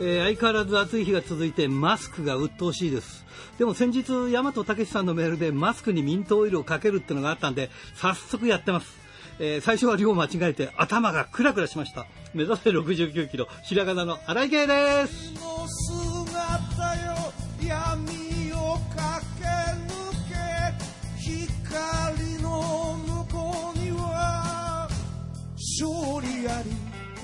えー相変わらず暑い日が続いてマスクが鬱陶しいですでも先日大和武さんのメールでマスクにミントオイルをかけるってのがあったんで早速やってます、えー最初は量を間違えて頭がクラクラしました目指せ6 9キロ白髪の荒井圭ですの姿よ闇を駆け抜け光の向こうには勝利あり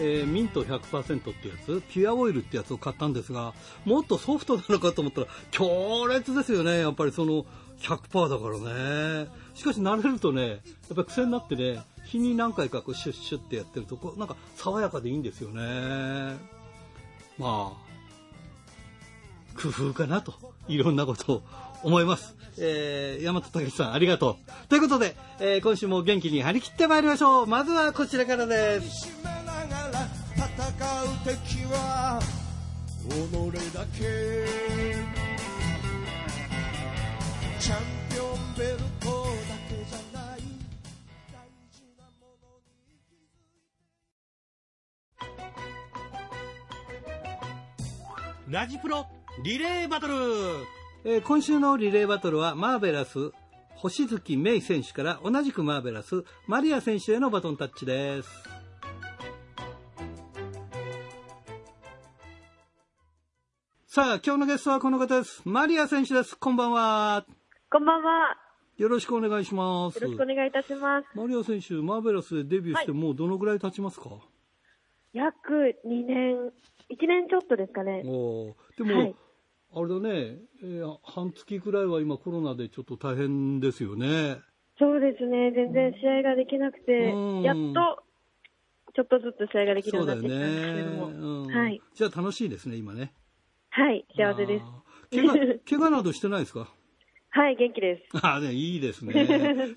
えーミント100%ってやつピュアオイルってやつを買ったんですがもっとソフトなのかと思ったら強烈ですよねやっぱりその100%だからねしかし慣れるとねやっぱり癖になってね日に何回かこうシュッシュッってやってるとこうなんか爽やかでいいんですよねまあ工夫かなといろんなことを思います、えー、大和武さんありがとうということで、えー今週も元気に張り切ってまいりましょうまずはこちらからです抱きしめながら戦う敵は己だけチャンピオンベルトだけじゃない大事なものにラジプロリレーバトルえー今週のリレーバトルはマーベラス星月芽衣選手から同じくマーベラスマリア選手へのバトンタッチですさあ今日のゲストはこの方ですマリア選手ですこんばんはこんばんは。よろしくお願いしますよろしくお願いいたします。マリア選手マーベラスでデビューしてもうどのぐらい経ちますか、約2年、1年ちょっとですかね。おーでも、はいあれだね、えー半月くらいは今コロナでちょっと大変ですよねそうですね。全然試合ができなくてうん、やっと、ちょっとずつ試合ができるそよううにだなよってねきたんですけども。うんはい。じゃあ楽しいですね、今ね。はい。幸せです。あー。怪我怪我などしてないですかはい、元気です。ああ、ね、いい ですね。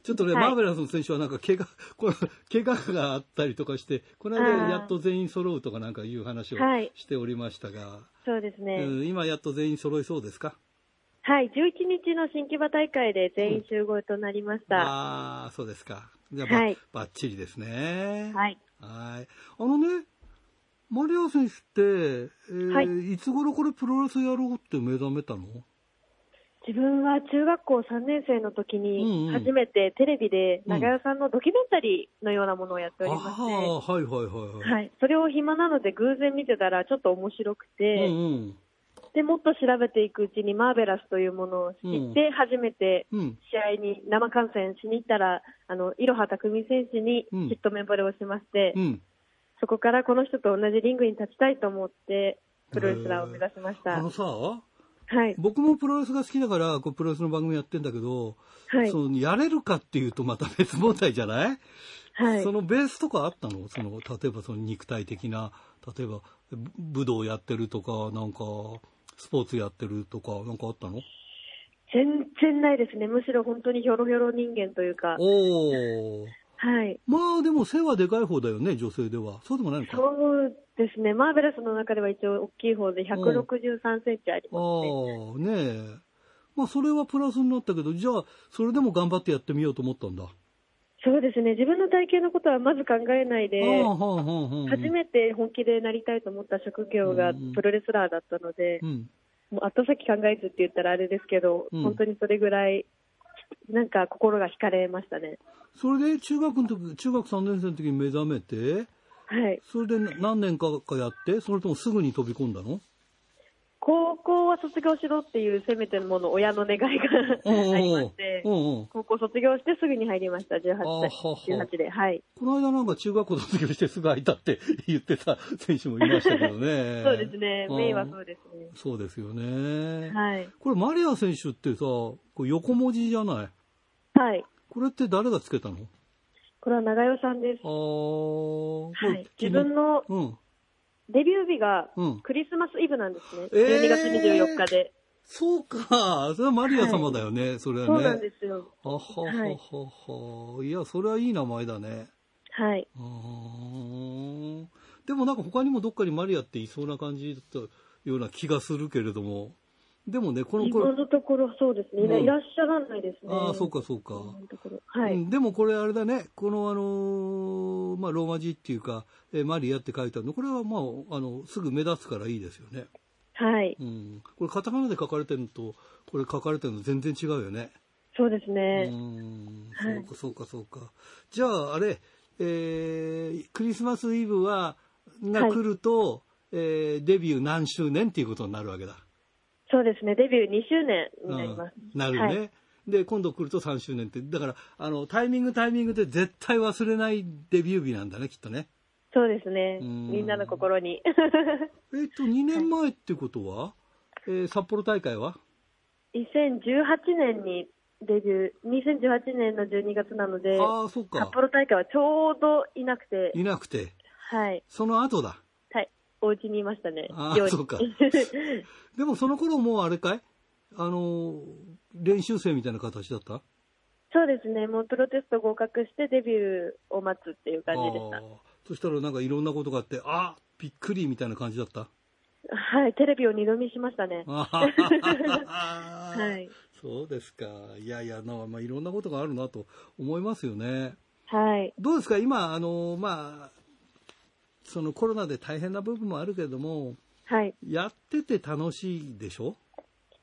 ちょっとね、はいマーベラスの選手はなんか怪我、 この怪我があったりとかして、このあ間ーやっと全員揃うとかなんかいう話をはいしておりましたが、そうですね。うん今やっと全員揃いそうですかはい。11日の新木場大会で全員集合となりました。ああ、そうですか。じゃあ、ばはいばっちりですね。はい。はい。あのね、マリア選手って、えー、はいつ頃これプロレスやろうって目覚めたの自分は中学校3年生の時うんうんに、初めてテレビで長屋さんのドキュメンタリーのようなものをやっておりまして、ああ、はいはいはいはい。はい、それを暇なので偶然見てたらちょっと面白くて、うんでもっと調べていくうちにマーベラスというものを知って初めてうん。うん。試合に生観戦しに行ったらあのいろは匠選手にうんヒットメンバレをしまして、うん。そこからこの人と同じリングに立ちたいと思ってプロレスラーを目指しました。あはのさ、い、僕もプロレスが好きだから、こうプロレスの番組やってんだけど、はい、そのやれるかっていうとまた別問題じゃない、はいそ。のベースとかあったのその、例えばその肉体的な、例えばぶ武道やってるとか、なんか、スポーツやってるとか、なんかあったの全然ないですね。むしろ本当にひょろひょろ人間というか、おー。はい。まあでも背はでかい方だよね、女性では。そうでもないのか。そうですね。マーベラスの中では一応大きい方で163センチありあますね。あ、ねえ。まあそれはプラスになったけど、じゃあ、それでも頑張ってやってみようと思ったんだ。そうですね、自分の体型のことはまず考えないで、ああ、はあ、はあ、はあ。初めて本気でなりたいと思った職業がうんプロレスラーだったので、うん。もう後先考えずって言ったらあれですけど、うん本当にそれぐらい、なんか心が惹かれましたね。それで中学の時、中学3年生の時に目覚めて、はい、それでな何年かかやって、それともすぐに飛び込んだの高校は卒業しろっていうせめてもの親の願いがありましてう、んうん。高校卒業してすぐに入りました、18あはは歳、18で。はい、この間なんか中学校卒業してすぐ開いたって言ってた選手もいましたけどね。 そうですね、うんメインはそうですね。そうですよね。はい、これマリア選手ってさ、こう横文字じゃない。はい、これって誰がつけたのこれは長代さんです。あー。はい、自分のうん。デビュー日がうんクリスマスイブなんですね、えー12月24日で、そうか。 それはマリア様だよね、それはね。そうなんですよ、あはははは。いや、それはいい名前だね。はい、うーんでもなんか他にもどっかにマリアっていそうな感じだったような気がするけれども、でもね、この今頃、のところそうですね、今うんいらっしゃらないですね。ああ、そうか、そうか。今のところ。はい。うんでもこれあれだね、このあのーまあ、ローマ字っていうか、えーマリアって書いてあるの、これはまあ、あの、すぐ目立つからいいですよね。はい。うん。これカタカナで書かれてるのと、これ書かれてるの全然違うよね。そうですうね。ん。そはいうか、そうか、そうか。じゃあ、あれ、えークリスマスイブは、がはい来ると、えーデビュー何周年っていうことになるわけだ。そうですね。デビュー2周年になります。うんなるよね、はいで今度来ると3周年ってだからあのタイミングタイミングで絶対忘れないデビュー日なんだねきっとねそうですね。うんみんなの心に。 えっ、と2年前ってことは、えー札幌大会は2018年にデビュー、2018年の12月なので、ああそっか札幌大会はちょうどいなくて、いなくてはい。その後だはい。お家にいましたね。あー寮に そうかそでもその頃もうあれかいあのー練習生みたいな形だったうですね。もうプロテスト合格してデビューを待つっていう感じでしあたー。そしたらなんかいろんなことがあってあーびっくりみたいな感じだったはい。テレビを二度見しましたね。あははは はい。そうですか。いやいや、なまあ、いろんなことがあるなと思いますよね。はい。どうですか、今、あの、まあ、そのコロナで大変な部分もあるけれども、はい。やってて楽しいでしょ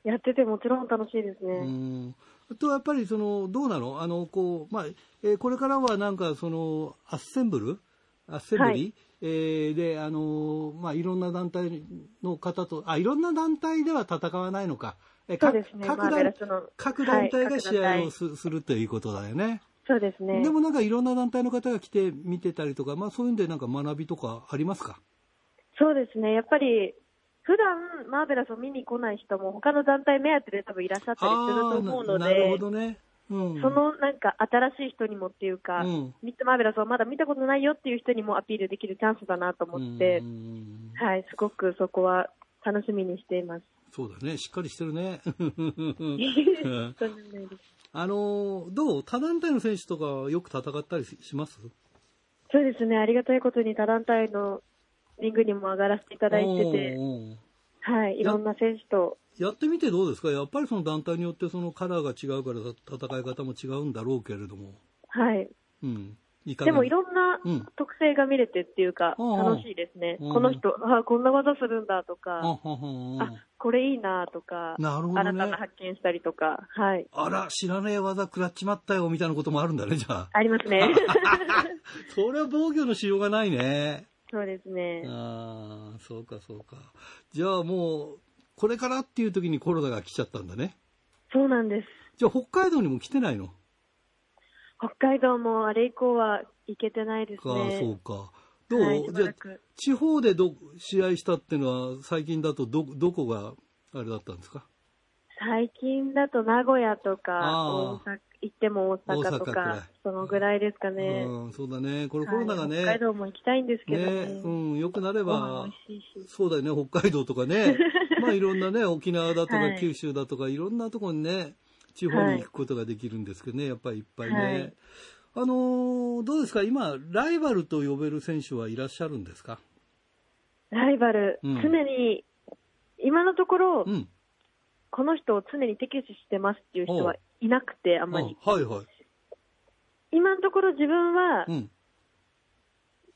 やっててもちろん楽しいですね。うん。あと、やっぱり、その、どうなのあの、こう、まあ、えーこれからはなんか、その、アッセンブルアッセンブリ、はいえーで、あの、まあ、いろんな団体の方と、あ、いろんな団体では戦わないのか。えそかうですね。各まあ団ベラスの各団体はがい試合を各団体す,、するということだよね。そうですね。でもなんかいろんな団体の方が来て見てたりとか、まあそういうんでなんか学びとかありますかそうですね。やっぱり、普段マーベラスを見に来ない人も、他の団体目当てで多分いらっしゃったりするとー思うのななるほで、どね。うん。そのなんか新しい人にもっていうか、うんミッドマーベラスをまだ見たことないよっていう人にもアピールできるチャンスだなと思ってう、んはい、すごくそこは楽しみにしています。そうだね。しっかりしてる ね。んとんでもないですあのー、どう他団体の選手とかよく戦ったりししますそうですね。ありがたいことに他団体のリングにも上がらせていただいてて、おーおーはい、いろんな選手と、やってみてどうですかやっぱりその団体によってそのカラーが違うから戦い方も違うんだろうけれども。はい、うん。いかでもないろんなうん特性が見れてっていうか、うん楽しいですね。うんこの人、あこんな技するんだとあはか、ははあこれいいなとか、なるほどね新たな発見したりとか、はい。あら、知らねえ技食らっちまったよ、みたいなこともあるんだね、じゃあ。ありますね。それは防御のしようがないね。 そうですね。ああ、そうかそうか。じゃあもう、これからっていう時にコロナが来ちゃったんだね。そうなんです。じゃあ北海道にも来てないのか、北海道もあれ以降は行けてないですね。そうか。どう、はいしばじゃらあく地方でど、試合したっていうのは最近だとど、どこがあれだったんですか最近だと名古屋とか、あー大阪行っても大阪大阪とくらいか、そのぐらいですかね。うん、そうだね。これコロナがはいね、北海道も行きたいんですけどね。ね、うん、良くなれご飯ば美、味しいし。そうだよね、北海道とか ね、まあいろんなね、沖縄だとかはい九州だとか、い、ろんなところにね、地方に行くことができるんですけどね、やっぱりいっぱいね。はいあのーどうですか、今、ライバルと呼べる選手はいらっしゃるんですかライバル、うん常に、今のところ、うん。この人を常に敵視してますっていう人おはういなくて、ああんまり。はいはい。今のところ自分は、うん。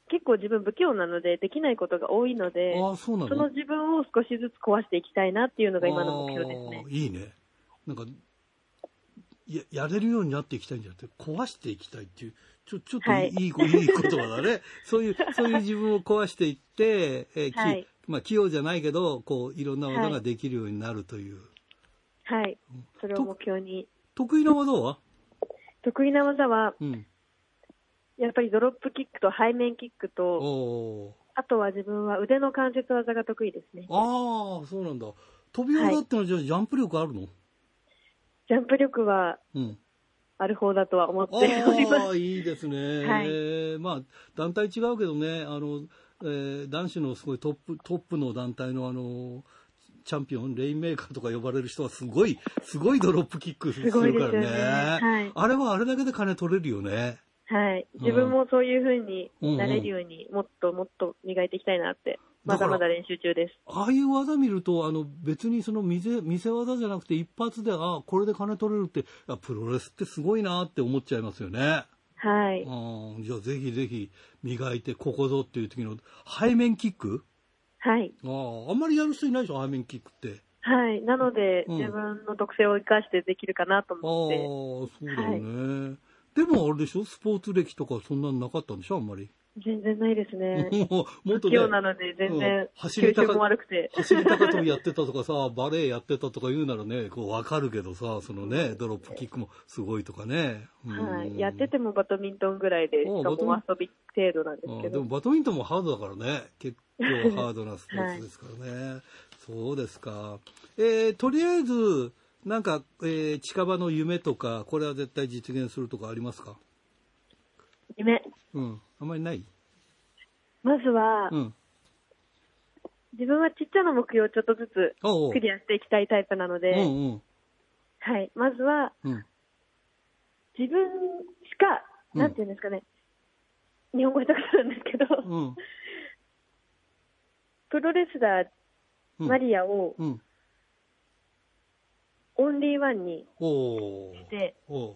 結構自分不器用なので、できないことが多いので、ああ、そうなのその自分を少しずつ壊していきたいなっていうのが今の目標ですねあ。ーいいね。なんか、や、やれるようになっていきたいんじゃなくて、壊していきたいっていう、ちょ、ちょっといい、はいい、いこ、いい言葉だね。 そういう、そういう自分を壊していって、えーきはいまあ、器用じゃないけど、こう、いろんな技ができるようになるという。はい。それを目標に。得意な技は得意な技は、うん。やっぱりドロップキックと背面キックと、おーあとは自分は腕の関節技が得意ですね。ああ、そうなんだ。飛び技ってのは、じゃあ、ジャンプ力あるのジャンプ力はうん。ある方だとは思ってあおります。あ、いいですね。はいえーまあ、団体違うけどね、あの、えー男子のすごいトップ、トップの団体のあの、チャンピオン、レインメーカーとか呼ばれる人はすごい、すごいドロップキックするすごいですからよね。ねはいあれはあれだけで金取れるよね。はい。自分もそういう風になれるように、もっともっと磨いていきたいなってまだまだ練習中です。ああいう技見ると、あの別にその見せ見せ技じゃなくて、一発で、ああ、これで金取れるって、あプロレスってすごいなって思っちゃいますよね。はい。うん、じゃあ、ぜひぜひ磨いて、ここぞっていう時の背面キックはい。あああんまりやる人いないでしょ、背面キックって。はい。なので、うん自分の特性を生かしてできるかなとああ、思って。そうだよね。でもあれでしょ、スポーツ歴とかそんなのなかったんでしょ、あんまり。全然ないですね。 もうもっと器ね用なので全うん然、走り吸高収も悪くて。走り高跳びやってたとかさ、 バレエやってたとか言うならね、こうわかるけどさ、そのね、ドロップキックもすごいとかね。うんはい。やっててもバドミントンぐらいで、しかおうもおバ遊び程度なんでうんすでけども。バドミントンもハードだからね、結構ハードなスポーツですからね。そうですか。えーとりあえず、なんか、えー近場の夢とか、これは絶対実現するとかありますか夢。うん。あんまりないまずは、うん。自分はちっちゃな目標をちょっとずつあおうクリアしていきたいタイプなので、うんうん。はい。まずは、うん。自分しか、うんなんていうんですかね、日本語下手くそなんですけど、うん。プロレスラーうんマリアをうん。オンリーワンにおーして、おう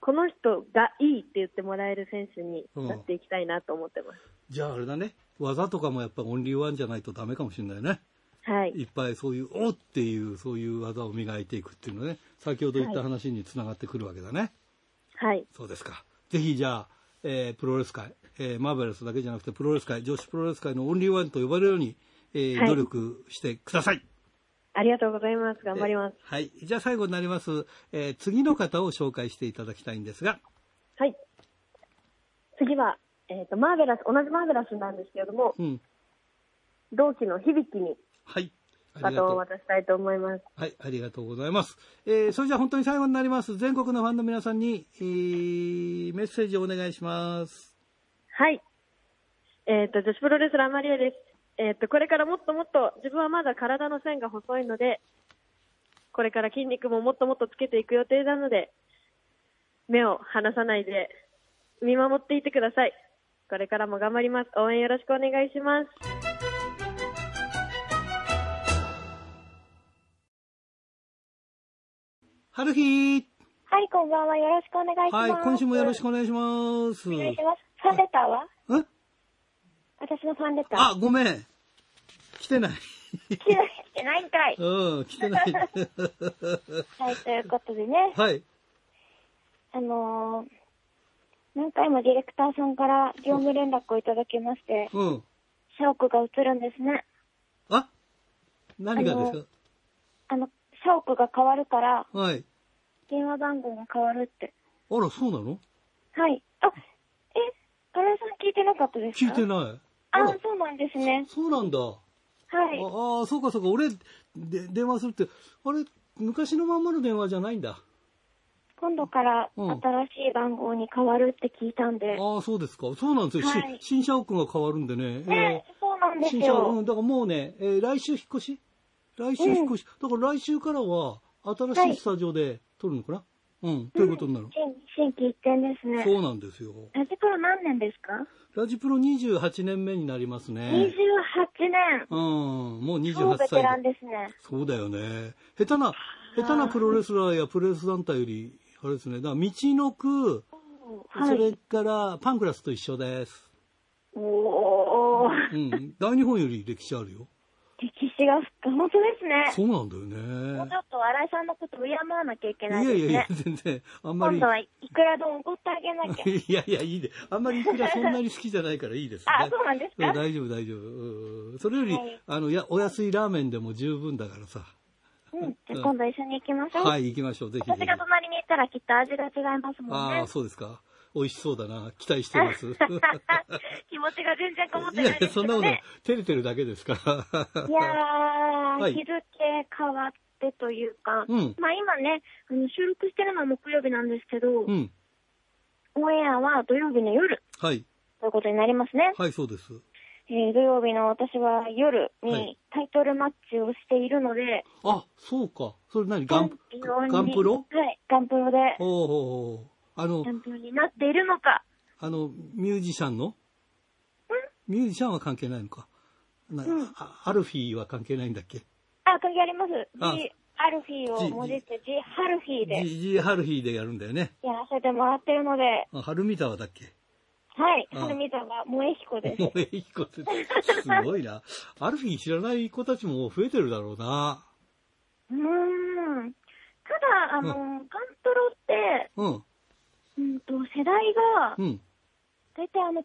この人がいいって言ってもらえる選手になっていきたいなと思ってます。じゃああれだね。技とかもやっぱオンリーワンじゃないとダメかもしれないね。はい。いっぱいそういう、おっていう、そういう技を磨いていくっていうのね、先ほど言った話につながってくるわけだね。はい。そうですか。ぜひじゃあ、えープロレス界、えーマーベラスだけじゃなくて、プロレス界、女子プロレス界のオンリーワンと呼ばれるように、えーはい努力してください。ありがとうございます。頑張ります。えーはい。じゃあ最後になります、えー次の方を紹介していただきたいんですが、はい。次は、えっ、と、マーベラス、同じマーベラスなんですけれども、うん。同期の響きにはい。あバりがトンをとう。渡したいと思います。はい、ありがとうございます。えーそれじゃあ本当に最後になります。全国のファンの皆さんに、えーメッセージをお願いします。はい。えっ、と、女子プロレスラーマリアです。えっ、と、これからもっともっと、自分はまだ体の線が細いので、これから筋肉ももっともっとつけていく予定なので、目を離さないで、見守っていてください。これからも頑張ります。応援よろしくお願いします。はるひはい、こんばんは。よろしくお願いしまはす。い、今週もよろしくお願いします。お願いします。ファンレターはん私のファンレター。あ、ごめん。来てない。 来てない来てないんかい。うん、来てない。 はい、ということでね、はい。あのー、何回もディレクターさんから業務連絡をいただきまして、うん。社屋が映るんですね。あ何がですあの、社屋が変わるから、かはい。電話番号が変わるって。あら、そうなのはい。あ、え、カレーさん聞いてなかったです聞かいてない。ああら、そうなんですね。そうなんだ。はい。ああ、そうかそうか。俺、で、電話するって、あれ、昔のまんまの電話じゃないんだ。今度からうん新しい番号に変わるって聞いたんで。ああ、そうですか。そうなんですよ。しはい新社屋が変わるんでね。ね、そうなんです新車よう。ん、だからもうね、えー来週引っ越し来週引っ越し、だから来週からは、は新しいいスタジオで撮るのかな、うん、ということになる。新新規一点ですね。そうなんですよ。ラジプロ何年ですか、ラジプロ28年目になります ?28 ね。年。うん、もう超28ベテ歳ランで。ですね。そうだよね。下手な、下手なプロレスラーやプロレス団体より、あれですね、だから、道のく、はそい。れからパンクラスと一緒です。おー、うん、大日本より歴史あるよ。歴史が深い、本当ですね。そうなんだよもうねち。ょっと新井さんのこと敬わなきゃいけいなやいでいすね。やいや、全然、あんまり。今度はいくら丼おごってあげなきゃ。 いやいや、いいで。あんまりいくらそんなに好きじゃないからいいです、ね。あ、そうなんですうんか大丈夫、大丈夫うん。それより、はいあの、や、お安いラーメンでも十分だからさ。うん。じゃあ今度一緒に行きましょう。はい、行きましょう。ぜひぜ私ひが。隣にいたらきっと味が違いますもんあねあ、。そうですか。美味しそうだな。期待して ます。気持ちが全然こも っいてやないいや、ですそんけなことどね。、照れてるだけですから。いやー、はい日付変わってというか、うんまあ今ね、あの収録してるのは木曜日なんですけど、 うん。オンエアは土曜日の夜はい。ということになりますね。はい、そうです。えー土曜日の私は夜はにいタイトルマッチをしているので、あ、そうか。それ何ガン非常、にガンプロはい、ガンプロで、おうおうおうあのガ、ンプロになっているのか、あの、ミュージシャンのミュージシャンは関係ないのか。なあアルフィーは関係ないんだっけあ、関係あります。あ G アルフィーを文字って G ハルフィーで ?GG ハルフィーでやるんだよね。やらせてもらってるので、あハルミタワだっけはい。あはるみさんが萌え彦です。もうえい子って、すごいな。アルフィー知らない子たちも増えてるだろうな。うーん。ただ、あの、うガントロって、うん、うんと、世代がう、ん、大体あの、90年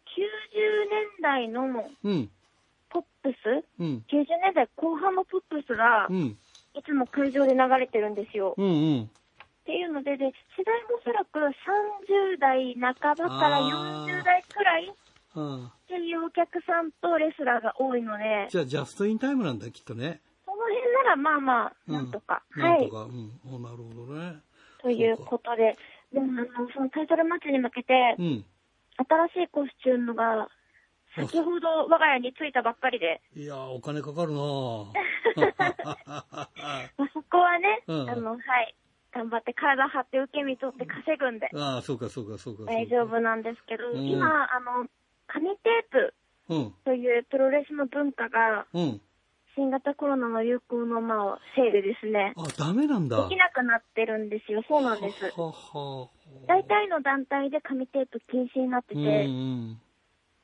代のうん、ポップス、うん、 90年代後半のポップスがう、ん、いつも会場で流れてるんですよ。うん、うん。っていうので、で、世代もおそらく30代半ばからあー40代くらいっあていうお客さんとレスラーが多いのあ、でじゃあ、ジャストインタイムなんだ、きっとね。その辺ならまあまあ、うんなんとか。なはんいと。か、うん。おなるほどね。ということで、でもあの、そのタイトルマッチに向けて、うん。新しいコスチュームが、先ほど我が家に着いたばっかりで、いやー、お金かかるな あまあ、そこはね、うんあの、はい、頑張って体張って受け身取って稼ぐんで、ああ、そうか、そうか、そうか。そうか大丈。夫なんですけど、うん今、あの、紙テープうん、というプロレスの文化が、うん。新型コロナの流行の、まあ、せいでですね、あ、ダメなんだ。できなくなってるんですよ。そうなんです。はは。大体の団体で紙テープ禁止になってうて、ん、うん。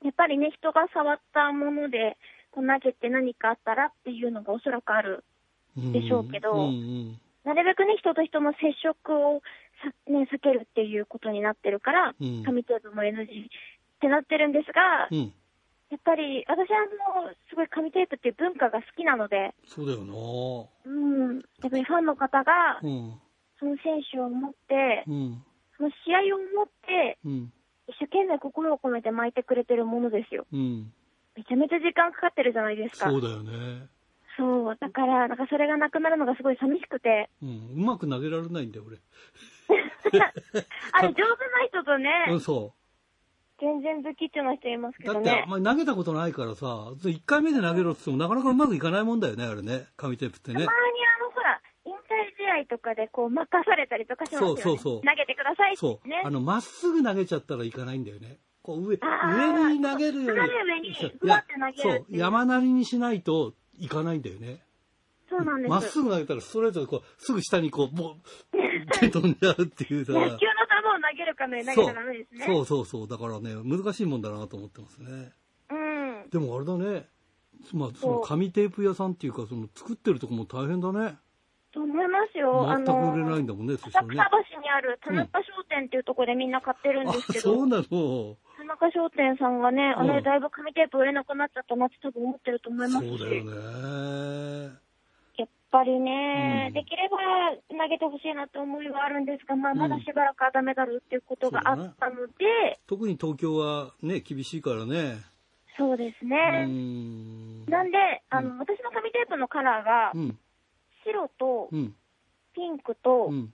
やっぱりね、人が触ったもので、こう投げて何かあったらっていうのがおそらくある。うんでしょうけどうん、うん。なるべくね、人と人の接触をさ、ね、避けるっていうことになってるから、うん紙テープも NG ってなってるんですが、うん。やっぱり私はもう、すごい紙テープっていう文化が好きなので、そうだようん、やっぱりファンの方がな、うん、その選手を持って、うん、その試合を持って、うん、一生懸命心を込めて巻いてくれてるものですよ。うん。めちゃめちゃ時間かかってるじゃないですか。そうだよね。そう、だから、なんかそれがなくなるのがすごい寂しくて、うん、うまく投げられないんだよ、俺。あれ、上手な人とうん、ね、そ全然好きっていうの人いますう。けだどって、ねあん。まり投げたことないからさ、1回目で投げろって言っても、なかなかうまくいかないもんだよね、あれね。紙テープってたまにね。あの、ほら、引退試合とかでこう、任されたりとかしますよね。そうそうそう投げてくださいってそうね。。あの、まっすぐ投げちゃったらいかないんだよね。こう、上、あー上に投げるより。斜めにそうふわって投げるっていうそう。山なりにしないといかないんだよね。そうなんです。まっすぐ投げたらストレートでこう、すぐ下にこう、ボン って飛んじゃうっていうさ。野球の球を投げるかのように投げちゃダメですね。そうそうそうそう。だからね、難しいもんだなと思ってますね。うん。でもあれだね。まあ、その紙テープ屋さんっていうか、その作ってるとこも大変だね。と思いますよ。あ全くの、売れないんだもんね、そした浅ら草ね。橋にある田中商店っていうところでみんな買ってるんあですけ、ど、そうなの。田中商店さんがね、あうれんだいぶ紙テープ売れなくなっちゃったなって多分思ってると思います し。そうだよね。やっぱりね、うんできれば投げてほしいなって思いはあるんですが、まあ、んまだしばらくはダメだろうっていうことがあったので、特に東京はね、厳しいからね。そうですうね。ん。なんで、あの、私の紙テープのカラーがう、ん。白とうん。ピンクとうん。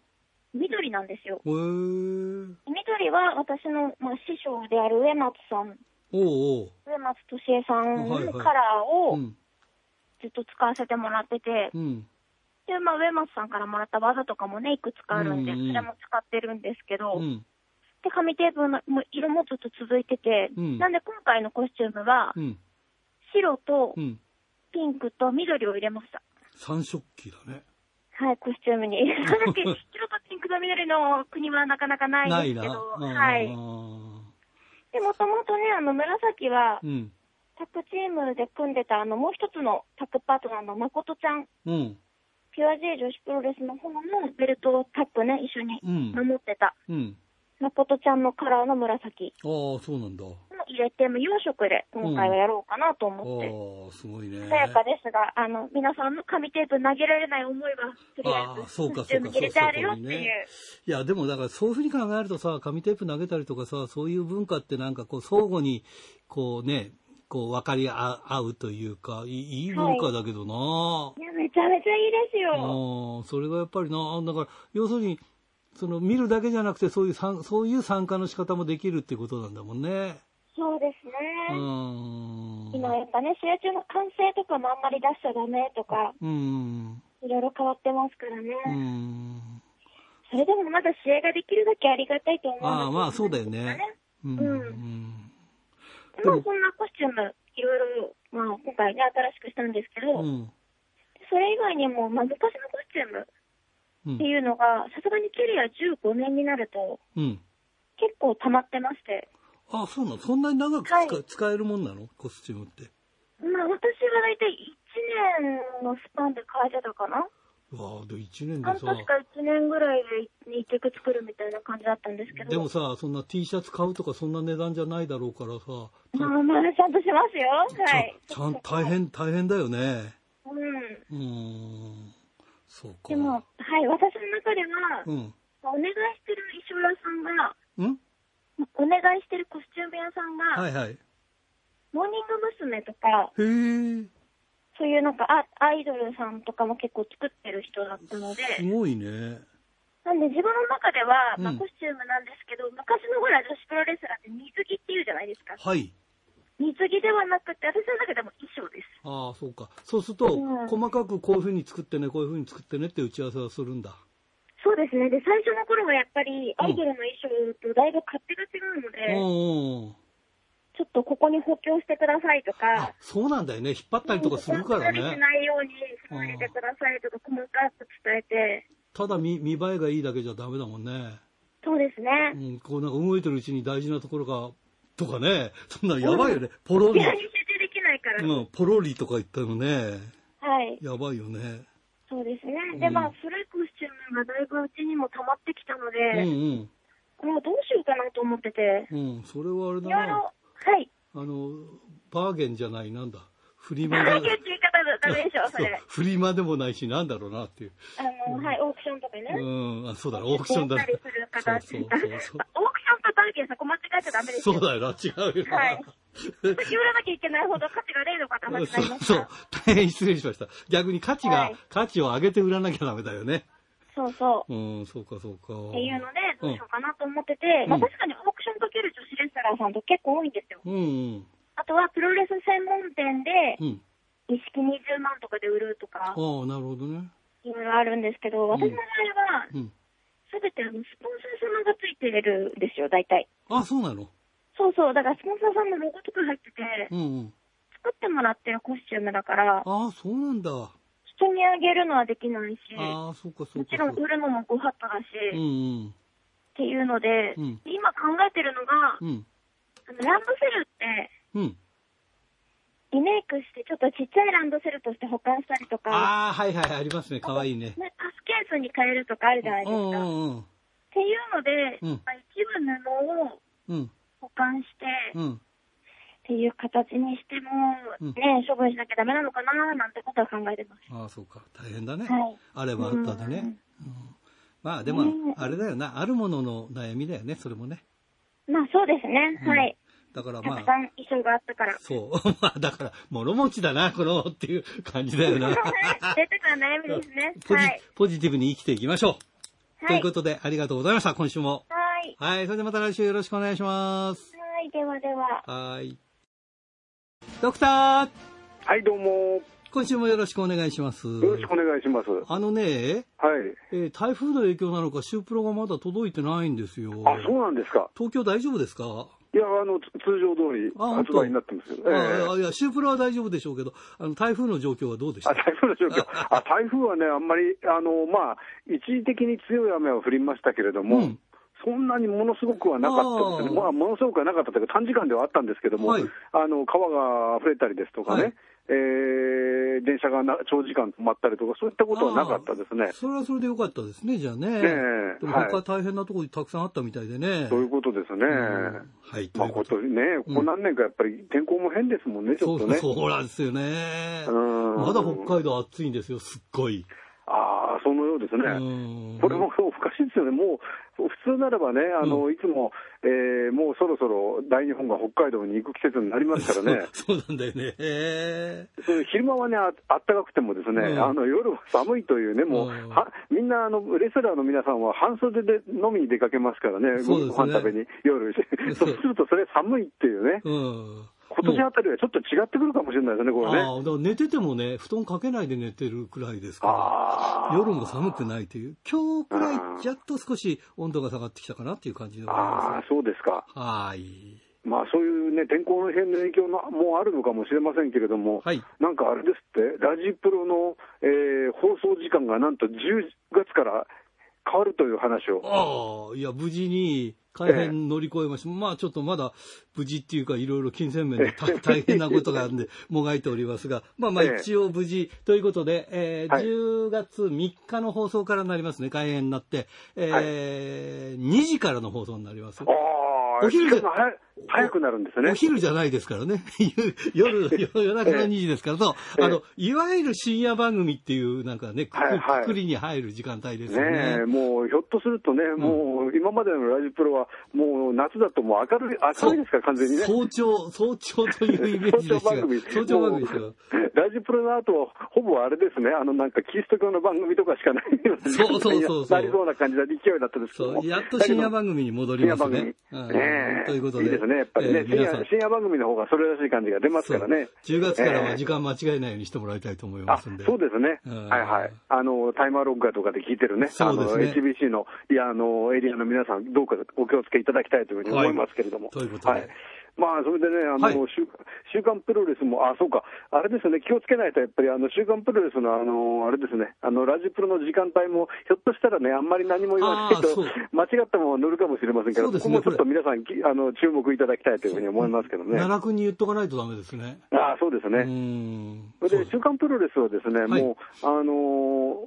緑なんですよ。へー。緑は私の、まあ、師匠である上松さん、おう上松俊恵さんはいはのいカラーおう。うをん。ずっと使わせてもらってて、うん。で、まあ、上松さんからもらった技とかもね、いくつかあるんで、うそんうんれも使ってるんですけど、うん。で、紙テープの色もずっと続いてて、うんなんで今回のコスチュームはう、ん。白とうん。ピンクと緑を入れました。三色旗だね。はい、コスチュームに。さっき白とピンクと緑の国はなかなかなないいんですな。けど、うんはい。で、もともとね、あの、紫は、うん。タッグチームで組んでた、あの、もう一つのタッグパートナーの誠ちゃん、うん。ピュア J 女子プロレスの方のベルトをタッグね、一緒にうん守ってた、うん。誠ちゃんのカラーの紫ああ、そうなんだ。も入れて、4色で今回はやろうかなと思って。ああ、すごいね。さやかですが、あの、皆さんの紙テープ投げられない思いは、とりあえあーず、そうかコスチュームそうかに入れてあるよっていう。いや、でもだからそういうふうに考えるとさ、紙テープ投げたりとかさ、そういう文化ってなんかこう相互に、こうね、こう分かり合合うというか、いいいい文化だけどな、いや、めちゃめちゃいいですあよ。ーそれがやっぱりな、だから要するに、その見るだけじゃなくてそういう参、そういう参加の仕方もできるってことなんだもんね。そうですうね。ん。今やっぱね、試合中の歓声とかもあんまり出しちゃダメとか、うん。いろいろ変わってますからね。うん。それでもまだ試合ができるだけありがたいと思うんですよああ、まあそうだよね。うん。うんうんまあ、そんなコスチューム、いろいろまあ、今回ね、新しくしたんですけど、うん。それ以外にも、まあ、昔のコスチュームうんって。いうのが、さすがにキャリア15年になると、うん。結構溜まってまして、あ、そうなのそんなに長く使,、はい使えるもんなのコスチュームって。まあ、私は大体1年のスパンで変えてたかな。うわあで1年あんで確さ。か1年ぐらいで1曲作るみたいな感じだったんですけど。でもさ、そんな T シャツ買うとかそんな値段じゃないだろうからさ、まあまあ、ちゃんとしますよ。ちゃはい。ちゃん、大変、大変だよね。うん。うーん。そうか。でも、はい、私の中では、うん。お願いしてる衣装屋さんが、んお願いしてるコスチューム屋さんが、はいはい。へモーニング娘。とか、え。そういうなんかアアイドルさんとかも結構作ってる人だったので、すごいね。なんで自分の中では、まあうんコスチュームなんですけど、昔のほら女子プロレスラーって水着っていうじゃないですか。はい。水着ではなくて、私の中でも衣装です。ああ、そうか。そうすると、うん細かくこういうふうに作ってね、こういうふうに作ってねって打ち合わせはするんだ。そうですね。で、最初の頃はやっぱり、うんアイドルの衣装とだいぶ勝手が違うのうんうんうで、ん。ちょっとここに補強してくださいとあか、、そうなんだよね。引っ張ったりとかするから無理しね。ないように入れてくださいとか、細かく伝えて、ただ見見栄えがいいだけじゃダメだもんね。そうですうね。ん、こうなんか動いてるうちに大事なところが、とかね。そんなのやばいよね。ポロいリや、。集中できないから。うん、ポロリとか言ったのね。はい。やばいよね。そうですね。うで、んまあ、古いコスチュームがだいぶうちにも溜まってきたのうんで、もうどうしようかなと思ってて、うん。うん、それはあれいだろいな。ろ、はい。あの、バーゲンじゃない、なんだ。フリマバーだゲン って言い方ダメでしょ、そそうれ。フリマでもないし、なんだろうなっていう。あの、はい、オークションとかね。うん、あそうだな、オークションだな。出たりする形そうそうそうそう。オークションとバーゲンそこ間違えちゃダメですそうよ。だよな、違うよな。はい先売らなきゃいけないほど価値が例の塊になりまそうした。そう。大変失礼しました。逆に価値が、はい価値を上げて売らなきゃダメだよね。そうそう。うん、そうかそうか。っていうので、うんどうしようかなと思ってて、うんまあ確かにオークションかける女子レスラーさんと結構多いんですよ。うんうん。あとはプロレス専門店で、うん。一式20万とかで売るとあかあ、、なるほどね。いろいろあるんですけど、私の場合は、うん。すべてあのスポンサー様がついてるんですよ、大体。あ、そうなの。そうそう、だからスポンサーさんのロゴとか入ってて、うんうん。作ってもらってるコスチュームだから、ああ、そうなんだ。あ人にあげるのはできないし、あ、そうかそうもちかろそうか。ん売るのもご法度だし、うんうっん。ていうので、うん今考えてるのが、うん。あのランドセルって、うん。リメイクして、ちょっとちっちゃいランドセルとして保管したりとか、ああ、はいはい、ありますね。かわいいね。ね、パスケースに変えるとかあるじゃないでうすんうか。っんうん。ていうので、うんまあ一部う布をん。保管して、っうん。ていう形にしてうも、んね、処分しなきゃダメなのかななんてことは考えてます。ああ、そうか。大変だね。はいあればあったでね。うんうんまあでもね、あれだよな。あるものの悩みだよね、それもね。まあそうですね、うんはい。だからたくまさあ、ん衣装があった から。 そう。まあだから、物持ちだな、この、っていう感じだ よな。。出てから悩みですねポジはい。ポジティブに生きていきましょう。とはいい。うことで、ありがとうございました、今週も。はい。はい、それではまた来週よろしくお願いします。はい、ではでは。はい。ドクターはい、どうも。今週もよろしくお願いします。よろしくお願いします。はあのね、い。えー台風の影響なのか、シュープロがまだ届いてないんですよ。あ、そうなんですか。東京大丈夫ですかいや、あの、つ通常通りあ本発当売になってますけど。えあえいや、シュープロは大丈夫でしょうけど、あの台風の状況はどうでしあた台風の状況、あ台風はね、あんまり、あのまあ、一時的に強い雨は降りましたけれども、うんそんなにものすごくはなかったであーすね、まあ、ものすごくはなかったというか、短時間ではあったんですけども、はいあの川が溢れたりですとかね、はいえー電車がな長時間止まったりとか、そういったことはなかったですね。それはそれでよかったですね、じゃあね。ええでもはい他大変なところにたくさんあったみたいでね。そういうことですうね。んはい、とまいあ、うここととね、ここ何年かやっぱり天候も変ですもんね、ちょっとね。そうそうなんですよね。うんまだ北海道暑いんですよ、すっごい。ああ、そのようですね。うんこれもおかしいですよね、もう普通ならばね、あのいつも、えーもうそろそろ大日本が北海道に行く季節になりますからね、 そうそうなんだよね。へーそういう昼間はね、ああったかくてもですね、うんあの夜は寒いというね、もう、うんはみんなあのレスラーの皆さんは半袖で飲みに出かけますからね、そうですねご飯食べに夜、 そうするとそれ寒いっていうね、うん。今年あたりはちょっと違ってくるかもしれないですね、これね。ああ、だから寝ててもね、布団かけないで寝てるくらいですからあ、ー夜も寒くないという、今日くらい、やっと少し温度が下がってきたかなっていう感じでございあまあ、そうですか。す。はい。まあ、そういうね、天候の変の影響のもあるのかもしれませんけれども、はいなんかあれですって、ラジプロの、えー放送時間がなんと10月から変わるという話を、ああ、いや、無事に改変乗り越えました。まあ、ちょっとまだ無事っていうか、いろいろ金銭面 で大大変なことがあるんで、もがいておりますが、まあまあ、ええ一応無事ということで、えーはい10月3日の放送からになりますね、改変になって、えー2時からの放送になります。あおあ、昼時で間が早早くなるんですねお。昼じゃないですからね。 夜、 夜夜中の2時ですから、そう。ええあの、いわゆる深夜番組っていう、なんかね、くはいはいくくりに入る時間帯ですよねえね。もうひょっとするとね、もう今までのラジプロは、もう夏だともう明るい、明るいですから、完全にね。早朝、早朝というイメージでしたが、早朝番組ですよ。ラジプロの後は、ほぼあれですね、あのなんかキリスト教の番組とかしかないようなそうそうそうそうなりそうな感じの勢いだったんですけどそもう、やっと深夜番組に戻ります深ね夜。番組うんねえということで、いいですね、やっぱりね、えー深皆さん夜、深夜番組の方がそれらしい感じが出ますからね。そう10月からえはえ時間間違えないようにしてもらいたいと思いまあすんで。そうですね、うんはいはい、あのタイマーロッカーとかで聞いてるね、あそうのです HBC のいやあのエリアの皆さん、どうかお気をつけいただきたいというふうに思いますけれども。はいということでまあ、それでね、あの、はい週週刊プロレスも、あ、そうか、あれですね、気をつけないと、やっぱり、あの、週刊プロレスの、あの、あれですね、あの、ラジプロの時間帯も、ひょっとしたらね、あんまり何も言わないあーとそう、間違ったもの乗るかもしれませんけそど、うですここねもちょっと皆さん、きあの、注目いただきたいというふうに思いますけどね。奈良君に言っとかないとダメですね。あーそうですね。うん。それで、週刊プロレスはですね、はいもう、あのー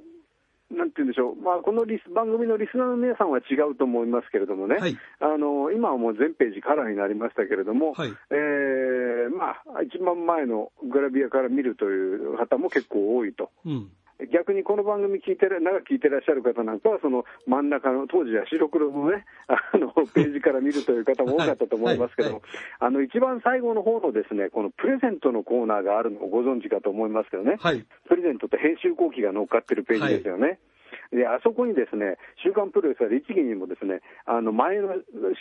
なんて言うんでしょう、まあ、このリス番組のリスナーの皆さんは違うと思いますけれどもね、はいあのー今はもう全ページカラーになりましたけれども、はいえーまあ、一番前のグラビアから見るという方も結構多いと。うん。逆にこの番組聞いてら、長く聞いてらっしゃる方なんかは、その真ん中の、当時は白黒のね、あの、ページから見るという方も多かったと思いますけども、あの、一番最後の方のですね、このプレゼントのコーナーがあるのをご存知かと思いますけどね、はい。プレゼントと編集後期が乗っかってるページですよね。で、あそこにですね、週刊プロレスは律儀にもですね、あの、前の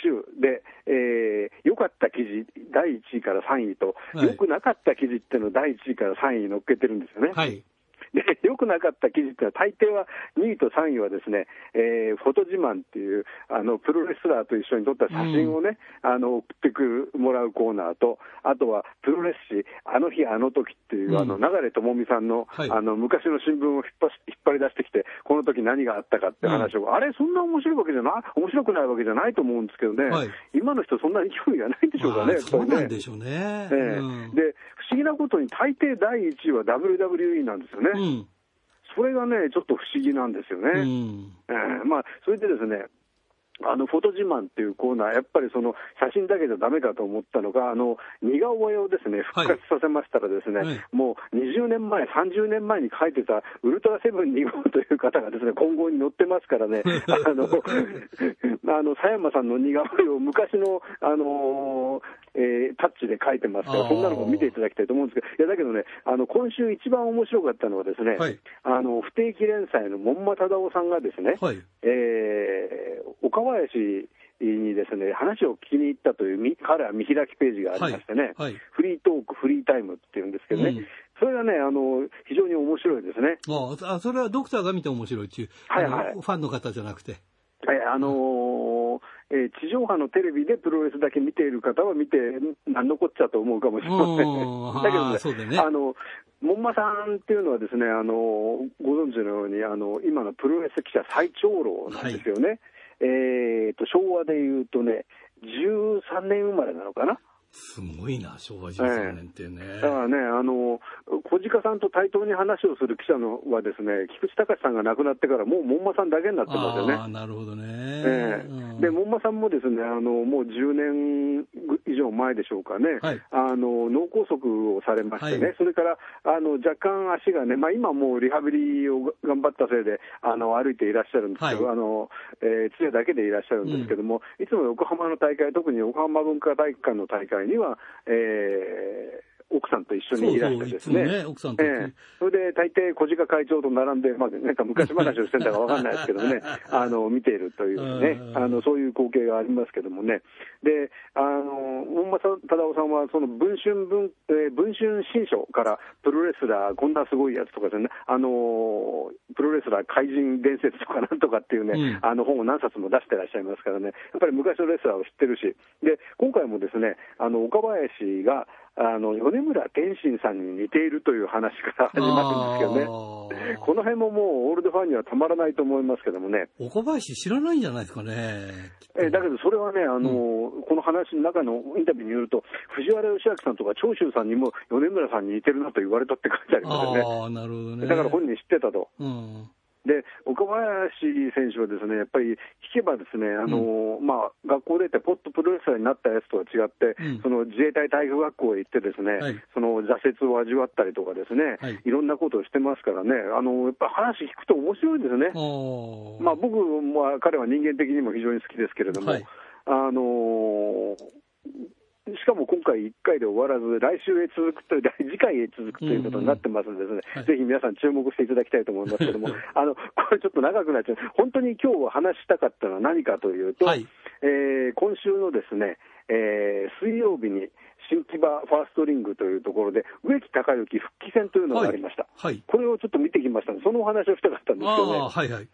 週で、えー、良かった記事、第1位から3位と、はい良くなかった記事っていうのを第1位から3位に乗っけてるんですよね。はい。で、良くなかった記事ってのは、大抵は2位と3位はですね、えーフォト自慢っていう、あの、プロレスラーと一緒に撮った写真をね、あの、送ってくるもらうコーナーと、あとは、プロレス誌、あの日あの時っていう、うんあの、流智美さんの、はいあの、昔の新聞を引っ張し引っ張り出してきて、この時何があったかって話を、あれ、そんな面白いわけじゃない、面白くないわけじゃないと思うんですけどね、はい今の人そんなに興味がないんでしょうかね、まあやっぱそうりなねんでしょうね。ええうんで、不思議なことに大抵第1位は WWE なんですよね。うん。それがね、ちょっと不思議なんですよね。うん。えーまあ、それでですね、あのフォト自慢っていうコーナー、やっぱりその写真だけじゃダメだと思ったのが、あの似顔絵をですねはい復活させましたら、ですね、はいもう20年前、30年前に書いてたウルトラセブン2号という方がですね今後に載ってますから ね、あの あの佐山さんの似顔絵を昔の、あのーえータッチで書いてますかあーら、そんなのも見ていただきたいと思うんですけど、いやだけどね、あの今週一番面白かったのは、ですね、はいあの不定期連載の門馬忠夫さんがですね、はい。えー岡林にですね話を聞きに行ったというみ彼は見開きページがありましてね、はいはいフリートーク、フリータイムっていうんですけどね、うんそれがねあの、非常に面白いですね。ああ、それはドクターが見て面白いっていう、はいはいあのファンの方じゃなくて。えーあのーえー地上波のテレビでプロレスだけ見ている方は見て、なんのこっちゃと思うか もしれませうん ん。だけどあーね、そうだよねあの、門馬さんっていうのはですね、あのーご存知のように、あの、今のプロレス記者最長老なんですよね。えっと、昭和で言うとね、13年生まれなのかな。すごいな、昭和13年ってね。だからね、あの、小鹿さんと対等に話をする記者のはですね、菊池隆さんが亡くなってからもう門馬さんだけになってますよねあ。あ、なるほどね。ええうんで、門馬さんもですね、あの、もう10年以上前でしょうかね、はいあの、脳梗塞をされましてね、はいそれから、あの、若干足がね、まあ今もうリハビリを頑張ったせいで、あの、歩いていらっしゃるんですけど、はあの、えー杖だけでいらっしゃるんですけども、いつも横浜の大会、特に横浜文化体育館の大会には、えー奥さんと一緒そにういらしそてう、いでつすもね。ね、奥さんと。ええ、それで大抵、小鹿会長と並んで、まあ、なんか昔話をしてんだかわかんないですけど ね、あの見ているというねう、んあのそういう光景がありますけどもね、で、あの本間忠夫さんは、その文春文、えー文春新書から、プロレスラー、こんなすごいやつとかですね、あのプロレスラー怪人伝説とかなんとかっていうね、うんあの本を何冊も出してらっしゃいますからね、やっぱり昔のレスラーを知ってるし、で今回もですねあの岡林があの米村天心さんに似ているという話から始まってるんですけどね、あーこの辺ももうオールドファンにはたまらないと思いますけどもね、岡林知らないんじゃないですかね。えだけどそれはね、あのこの話の中のインタビューによると、藤原義明さんとか長州さんにも米村さんに似てるなと言われたって書いてありまあすあよね。ー、なるほどね。だから本人知ってたと。うん。で岡林選手はですねやっぱり聞けばですねあの、まあ、学校出てポッとプロレスラーになったやつとは違って、うんその自衛隊体育学校へ行ってですね、はいその挫折を味わったりとかですね、はいい、ろんなことをしてますからねあのやっぱ話聞くと面白いですねあ。ーまあ、僕も彼は人間的にも非常に好きですけれども、はいあのーしかも今回1回で終わらず、来週へ続くという、 来次回へ続くということになってますのでです、ねはいぜひ皆さん注目していただきたいと思いますけ ども、あのこれちょっと長くなっちゃう、本当に今日お話ししたかったのは何かというと、はいえー今週のですね、えー水曜日に新木場ファーストリングというところで、植木隆之復帰戦というのがありました。はい。これをちょっと見てきましたので、そのお話をしたかったんですけあどね。あー、はいはい。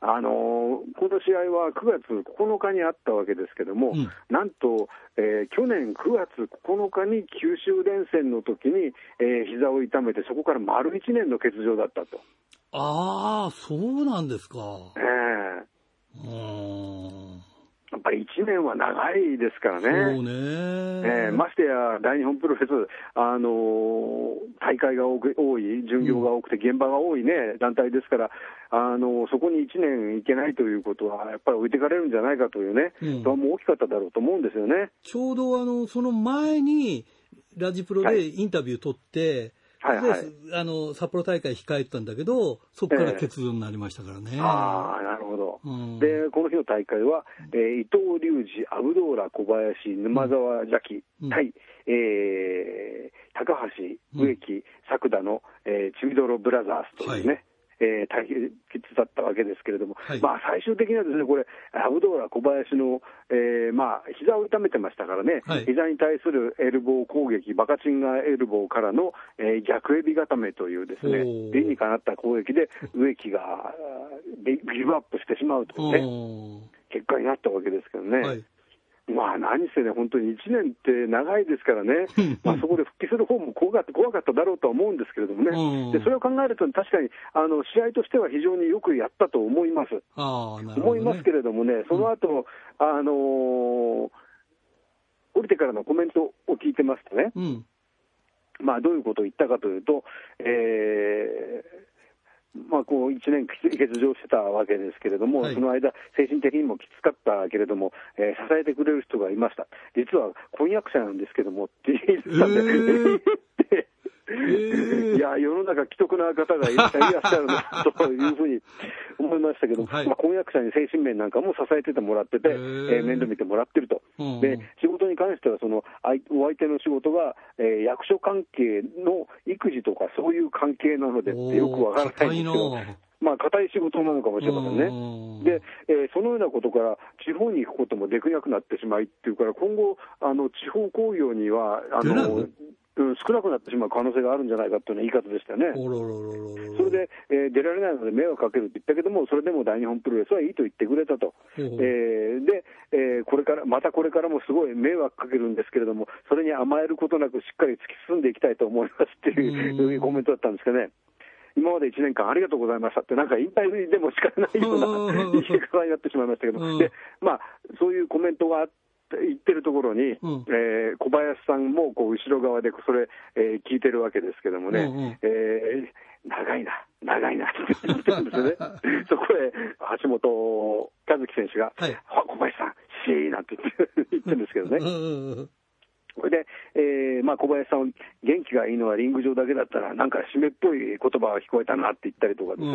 あのーこの試合は9月9日にあったわけですけども、うんなんと、えー去年9月9日に九州連戦の時に、えー膝を痛めて、そこから丸1年の欠場だったと。ああ、そうなんですか。ええうーん。やっぱり1年は長いですからそうね。ね。ええましてや大日本プロレス、あのー大会が多く多い、巡業が多くて、現場が多いね、団体ですから、あのーそこに1年行けないということは、やっぱり置いてかれるんじゃないかというね、うん不安も大きかっただろうと思うんですよね。ちょうどあの、その前に、ラジプロはでいインタビュー取って、はいはいであの、札幌大会控えてたんだけど、そこから欠場になりましたからね。ああ、なるほど。うんで、この日の大会は、えー伊藤隆二、アブドーラ小林、沼沢邪気うん対、えー高橋、うん植木、作田の、えー、ちびどろブラザーズというね。はいえー対決だったわけですけれども、はいまあ最終的にはですね、これ、アブドーラ小林の、えーまあ膝を痛めてましたからね、はい膝に対するエルボー攻撃、バカチンガーエルボーからの、えー逆エビ固めというですねおー、理にかなった攻撃で植木があービギブアップしてしまうというね、うん結果になったわけですけどはね、い。まあ何せね、本当に1年って長いですからね、 まあそこで復帰する方も怖かった怖かっただろうとは思うんですけれどもうんね、でそれを考えると、確かにあの試合としては非常によくやったと思います。ああ、なるほど、思ね。いますけれどもね、その後、あのー降りてからのコメントを聞いてますとね、うん。まあ、どういうことを言ったかというと、えーまあ、こう1年欠場してたわけですけれども、はいその間、精神的にもきつかったけれども、えー支えてくれる人がいました、実は婚約者なんですけどもって言ってたんで、ええ いや、世の中、既得な方 がいらっしゃるなというふうに思いましたけど、はいまあ、婚約者に精神面なんかも支えててもらってて、へえーー面倒見てもらってると、うんで仕事に関してはその、あいお相手の仕事が、えー役所関係の育児とか、そういう関係なのでってよくわからないんですけおーど硬いな、まあ、硬い仕事なのかもしれませんね。うんで、えーそのようなことから、地方に行くこともできなくなってしまいっていうから、今後、あの地方興行にはあ出ないの、のうん少なくなってしまう可能性があるんじゃないかっていうような言い方でしたよね。おろろろろろろそれで、えー出られないので迷惑かけるって言ったけども、それでも大日本プロレスはいいと言ってくれたと、ほえうほうーで、えーこれから、またこれからもすごい迷惑かけるんですけれども、それに甘えることなく、しっかり突き進んでいきたいと思いますっていううーんコメントだったんですけどね。今まで1年間ありがとうございましたって、なんか引退でもしかないよううなん言い方になってしまいましたけどうん、でまあ、そういうコメントがあって言ってるところに、うんえー小林さんもこう後ろ側でそれ、えー聞いてるわけですけどもね、うんうんえー長いな、長いな って言ってるんですよね、そこへ橋本和樹選手が、はいあ小林さん、シーなんて言って言ってるんですけどねう。んうんこれで、えーまあ、小林さん、元気がいいのはリング上だけだったら、なんか締めっぽい言葉が聞こえたなって言ったりとかですね、う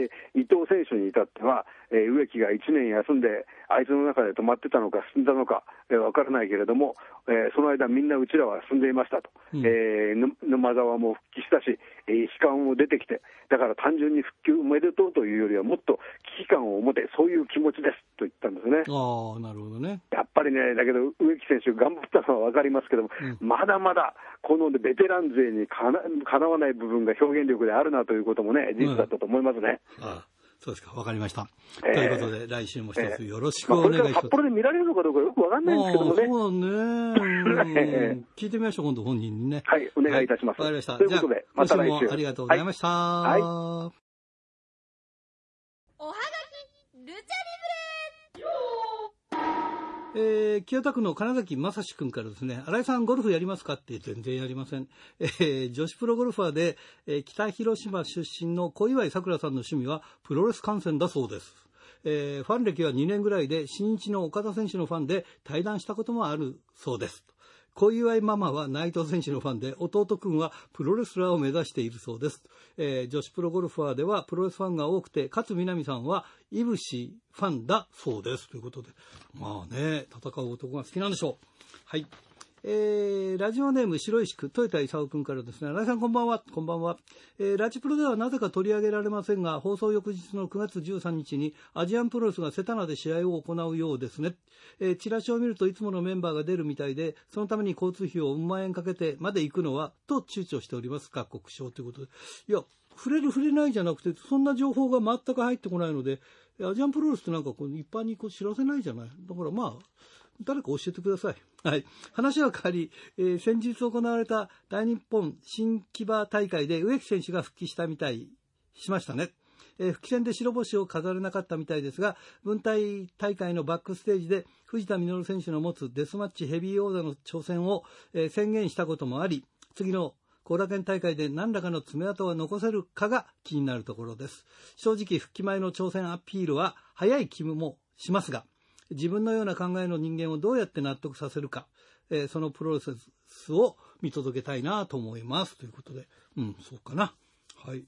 んで伊藤選手に至っては、えー植木が1年休んで、あいつの中で止まってたのか、進んだのか、えーわからないけれども、えーその間、みんなうちらは進んでいましたと、うんえーぬ沼沢も復帰したし、えー悲観も出てきて、だから単純に復旧おめでとうというよりは、もっと危機感を持て、そういう気持ちですと言ったんですね。ああ、なるほどね。やっぱりね、だけど植木選手、頑張ったのは分かりますけども、うんまだまだこのベテラン勢にかなかなわない部分が表現力であるなということもね、事実だったと思いますね。ああそうですか、わかりました。ええということで、来週も一つよろしくまあ、おこ願れいかしますら札。幌で見られるのかどうかよく分かんないんですけどもああね。そうだね。う えん聞いてみましょう、今度本人にね。はいお願いいたしますわ、かりました。ということでまじたゃあ、来週今週もありがとうございました。はいはおはがき、ルチャリブレえー、清田区の金崎正史君からですね、新井さんゴルフやりますかって全然やりません。えー、女子プロゴルファーで、えー北広島出身の小岩井さくらさんの趣味はプロレス観戦だそうです。えー、ファン歴は2年ぐらいで、新日の岡田選手のファンで対談したこともあるそうです。小祝ママは内藤選手のファンで、弟くんはプロレスラーを目指しているそうです。えー女子プロゴルファーではプロレスファンが多くて、勝みなみさんはイブシファンだそうです。ということで、まあね、戦う男が好きなんでしょう。はい。えーラジオネーム白石区豊田勲君からですね、新井さんこんばんは、こんばんは。えーラジプロではなぜか取り上げられませんが、放送翌日の9月13日にアジアンプロレスがセタナで試合を行うようですね。えーチラシを見るといつものメンバーが出るみたいで、そのために交通費を4万円かけてまで行くのは、と躊躇しております。各国省ということで。いや、触れる触れないじゃなくて、そんな情報が全く入ってこないので、アジアンプロレスってなんかこう一般にこう知らせないじゃない。だからまあ、誰か教えてください。はい。話は変わり、えー先日行われた大日本新木場大会で植木選手が復帰したみたい、しましたね。えー復帰戦で白星を飾れなかったみたいですが、文体大会のバックステージで藤田稔選手の持つデスマッチヘビーオーダーの挑戦を、えー宣言したこともあり、次の後楽園大会で何らかの爪痕は残せるかが気になるところです。正直復帰前の挑戦アピールは早い気もしますが、自分のような考えの人間をどうやって納得させるか、えーそのプロセスを見届けたいなと思います。ということで、うん、そうかな。はい。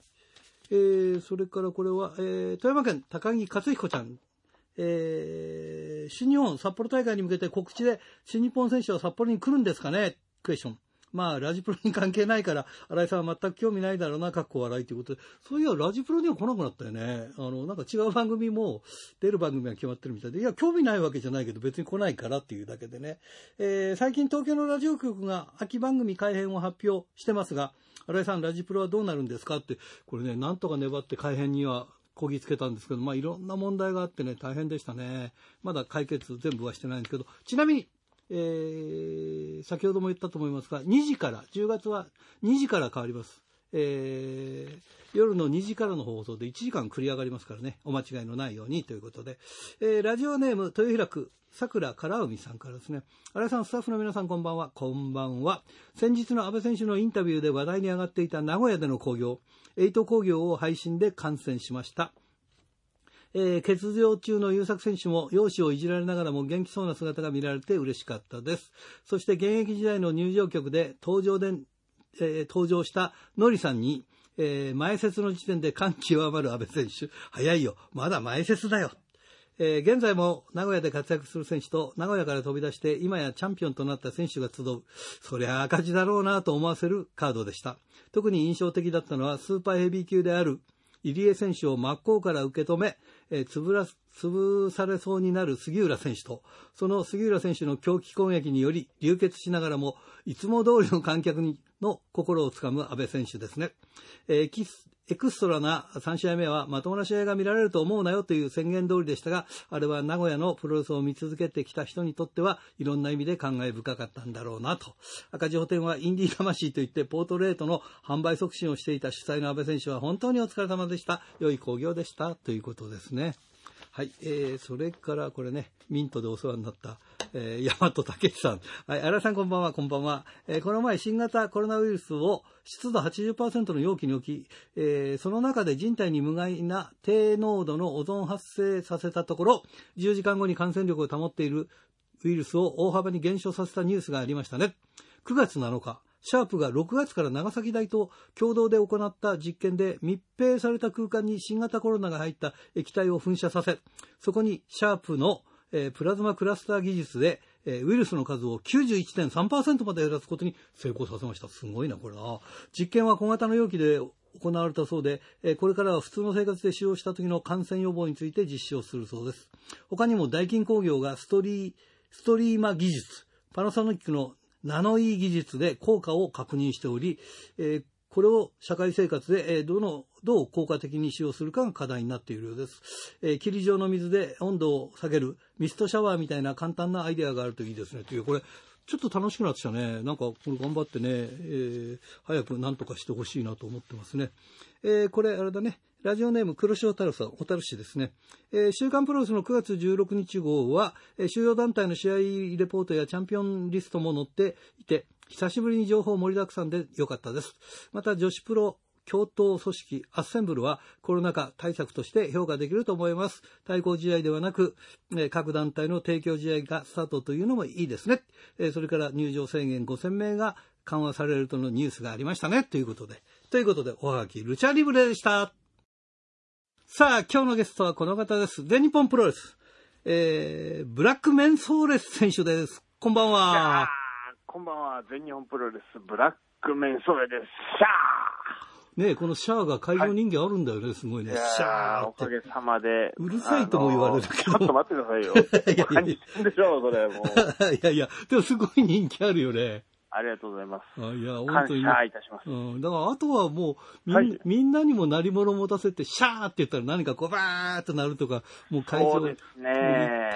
えーそれからこれは、えー富山県高木克彦ちゃん。えー新日本札幌大会に向けて告知で新日本選手は札幌に来るんですかねクエスチョン。まあ、ラジプロに関係ないから、新井さんは全く興味ないだろうな、かっこ笑いということで。そういや、ラジプロには来なくなったよね。あの、なんか違う番組も、出る番組が決まってるみたいで、いや、興味ないわけじゃないけど、別に来ないからっていうだけでね。えー最近東京のラジオ局が秋番組改編を発表してますが、新井さん、ラジプロはどうなるんですかって、これね、なんとか粘って改編にはこぎつけたんですけど、まあ、いろんな問題があってね、大変でしたね。まだ解決全部はしてないんですけど、ちなみに、えー先ほども言ったと思いますが、2時から、10月は2時から変わります。えー夜の2時からの放送で1時間繰り上がりますからね、お間違いのないようにということで、えーラジオネーム、豊平区、さくらからうみさんからですね、荒井さん、スタッフの皆さん、こんばんは、こんばんは。先日の安倍選手のインタビューで話題に上がっていた名古屋での興行、エイト興行を配信で観戦しました。えー欠場中の優作選手も容姿をいじられながらも元気そうな姿が見られて嬉しかったです。そして現役時代の入場曲で登場で、えー登場したノリさんに、えー前節の時点で感極まる安倍選手。早いよ。まだ前節だよ。えー現在も名古屋で活躍する選手と名古屋から飛び出して今やチャンピオンとなった選手が集う。そりゃ赤字だろうなと思わせるカードでした。特に印象的だったのはスーパーヘビー級である入江選手を真っ向から受け止め、えー潰ら潰されそうになる杉浦選手と、その杉浦選手の狂気攻撃により流血しながらも、いつも通りの観客にの心をつかむ安倍選手ですね。えーエキスエクストラな3試合目はまともな試合が見られると思うなよという宣言通りでしたが、あれは名古屋のプロレスを見続けてきた人にとってはいろんな意味で感慨深かったんだろうなと。赤字補填はインディー魂といってポートレートの販売促進をしていた主催の安倍選手は本当にお疲れ様でした。良い興行でした。ということですね。はい、えー、それからこれね、ミントでお世話になった、えー、大和武さん。はい、荒井さんこんばんは、こんばんは。えーこの前、新型コロナウイルスを湿度80%の容器に置き、えーその中で人体に無害な低濃度のオゾン発生させたところ、10時間後に感染力を保っているウイルスを大幅に減少させたニュースがありましたね。9月7日、シャープが6月から長崎大と共同で行った実験で密閉された空間に新型コロナが入った液体を噴射させ、そこにシャープの、えープラズマクラスター技術で、えーウイルスの数を91.3%まで減らすことに成功させました。すごいな、これな。実験は小型の容器で行われたそうで、えーこれからは普通の生活で使用した時の感染予防について実証するそうです。他にもダイキン工業がストリー、ストリーマ技術、パナソニックのナノイー技術で効果を確認しており、えーこれを社会生活で、えーどの、どう効果的に使用するかが課題になっているようです。えー霧状の水で温度を下げるミストシャワーみたいな簡単なアイデアがあるといいですね。という、これ、ちょっと楽しくなってきたね。なんか、これ頑張ってね、えー早くなんとかしてほしいなと思ってますね。えーこれ、あれだね。ラジオネーム、黒潮太郎さん、小樽市ですね。えー週刊プロレスの9月16日号は、えー収容団体の試合レポートやチャンピオンリストも載っていて、久しぶりに情報盛りだくさんで良かったです。また、女子プロ共闘組織アッセンブルはコロナ禍対策として評価できると思います。対抗試合ではなく、えー各団体の提供試合がスタートというのもいいですね。えーそれから入場制限5000名が緩和されるとのニュースがありましたね。ということで。ということで、おはがき、ルチャリブレでした。さあ、今日のゲストはこの方です。全日本プロレス。えー、ブラックメンソーレス選手です。こんばんは。こんばんは、全日本プロレス、ブラックメンソレです。シねえこのシャアが会場人気あるんだよね、すごいャーね。シャーおってか。げさまで。うるさいとも言われるけどあのちょっと待ってくださいよ 。いやいやいや何してんでしょう、それ。もう。 いやいや、でもすごい人気あるよね。ありがとうございます。あいや、本感当に。謝いたします。うん、だからあとはもうみん,、はいみんなにも鳴り物持たせて、シャーって言ったら何かこうバーっとなるとか、もう会場そうです一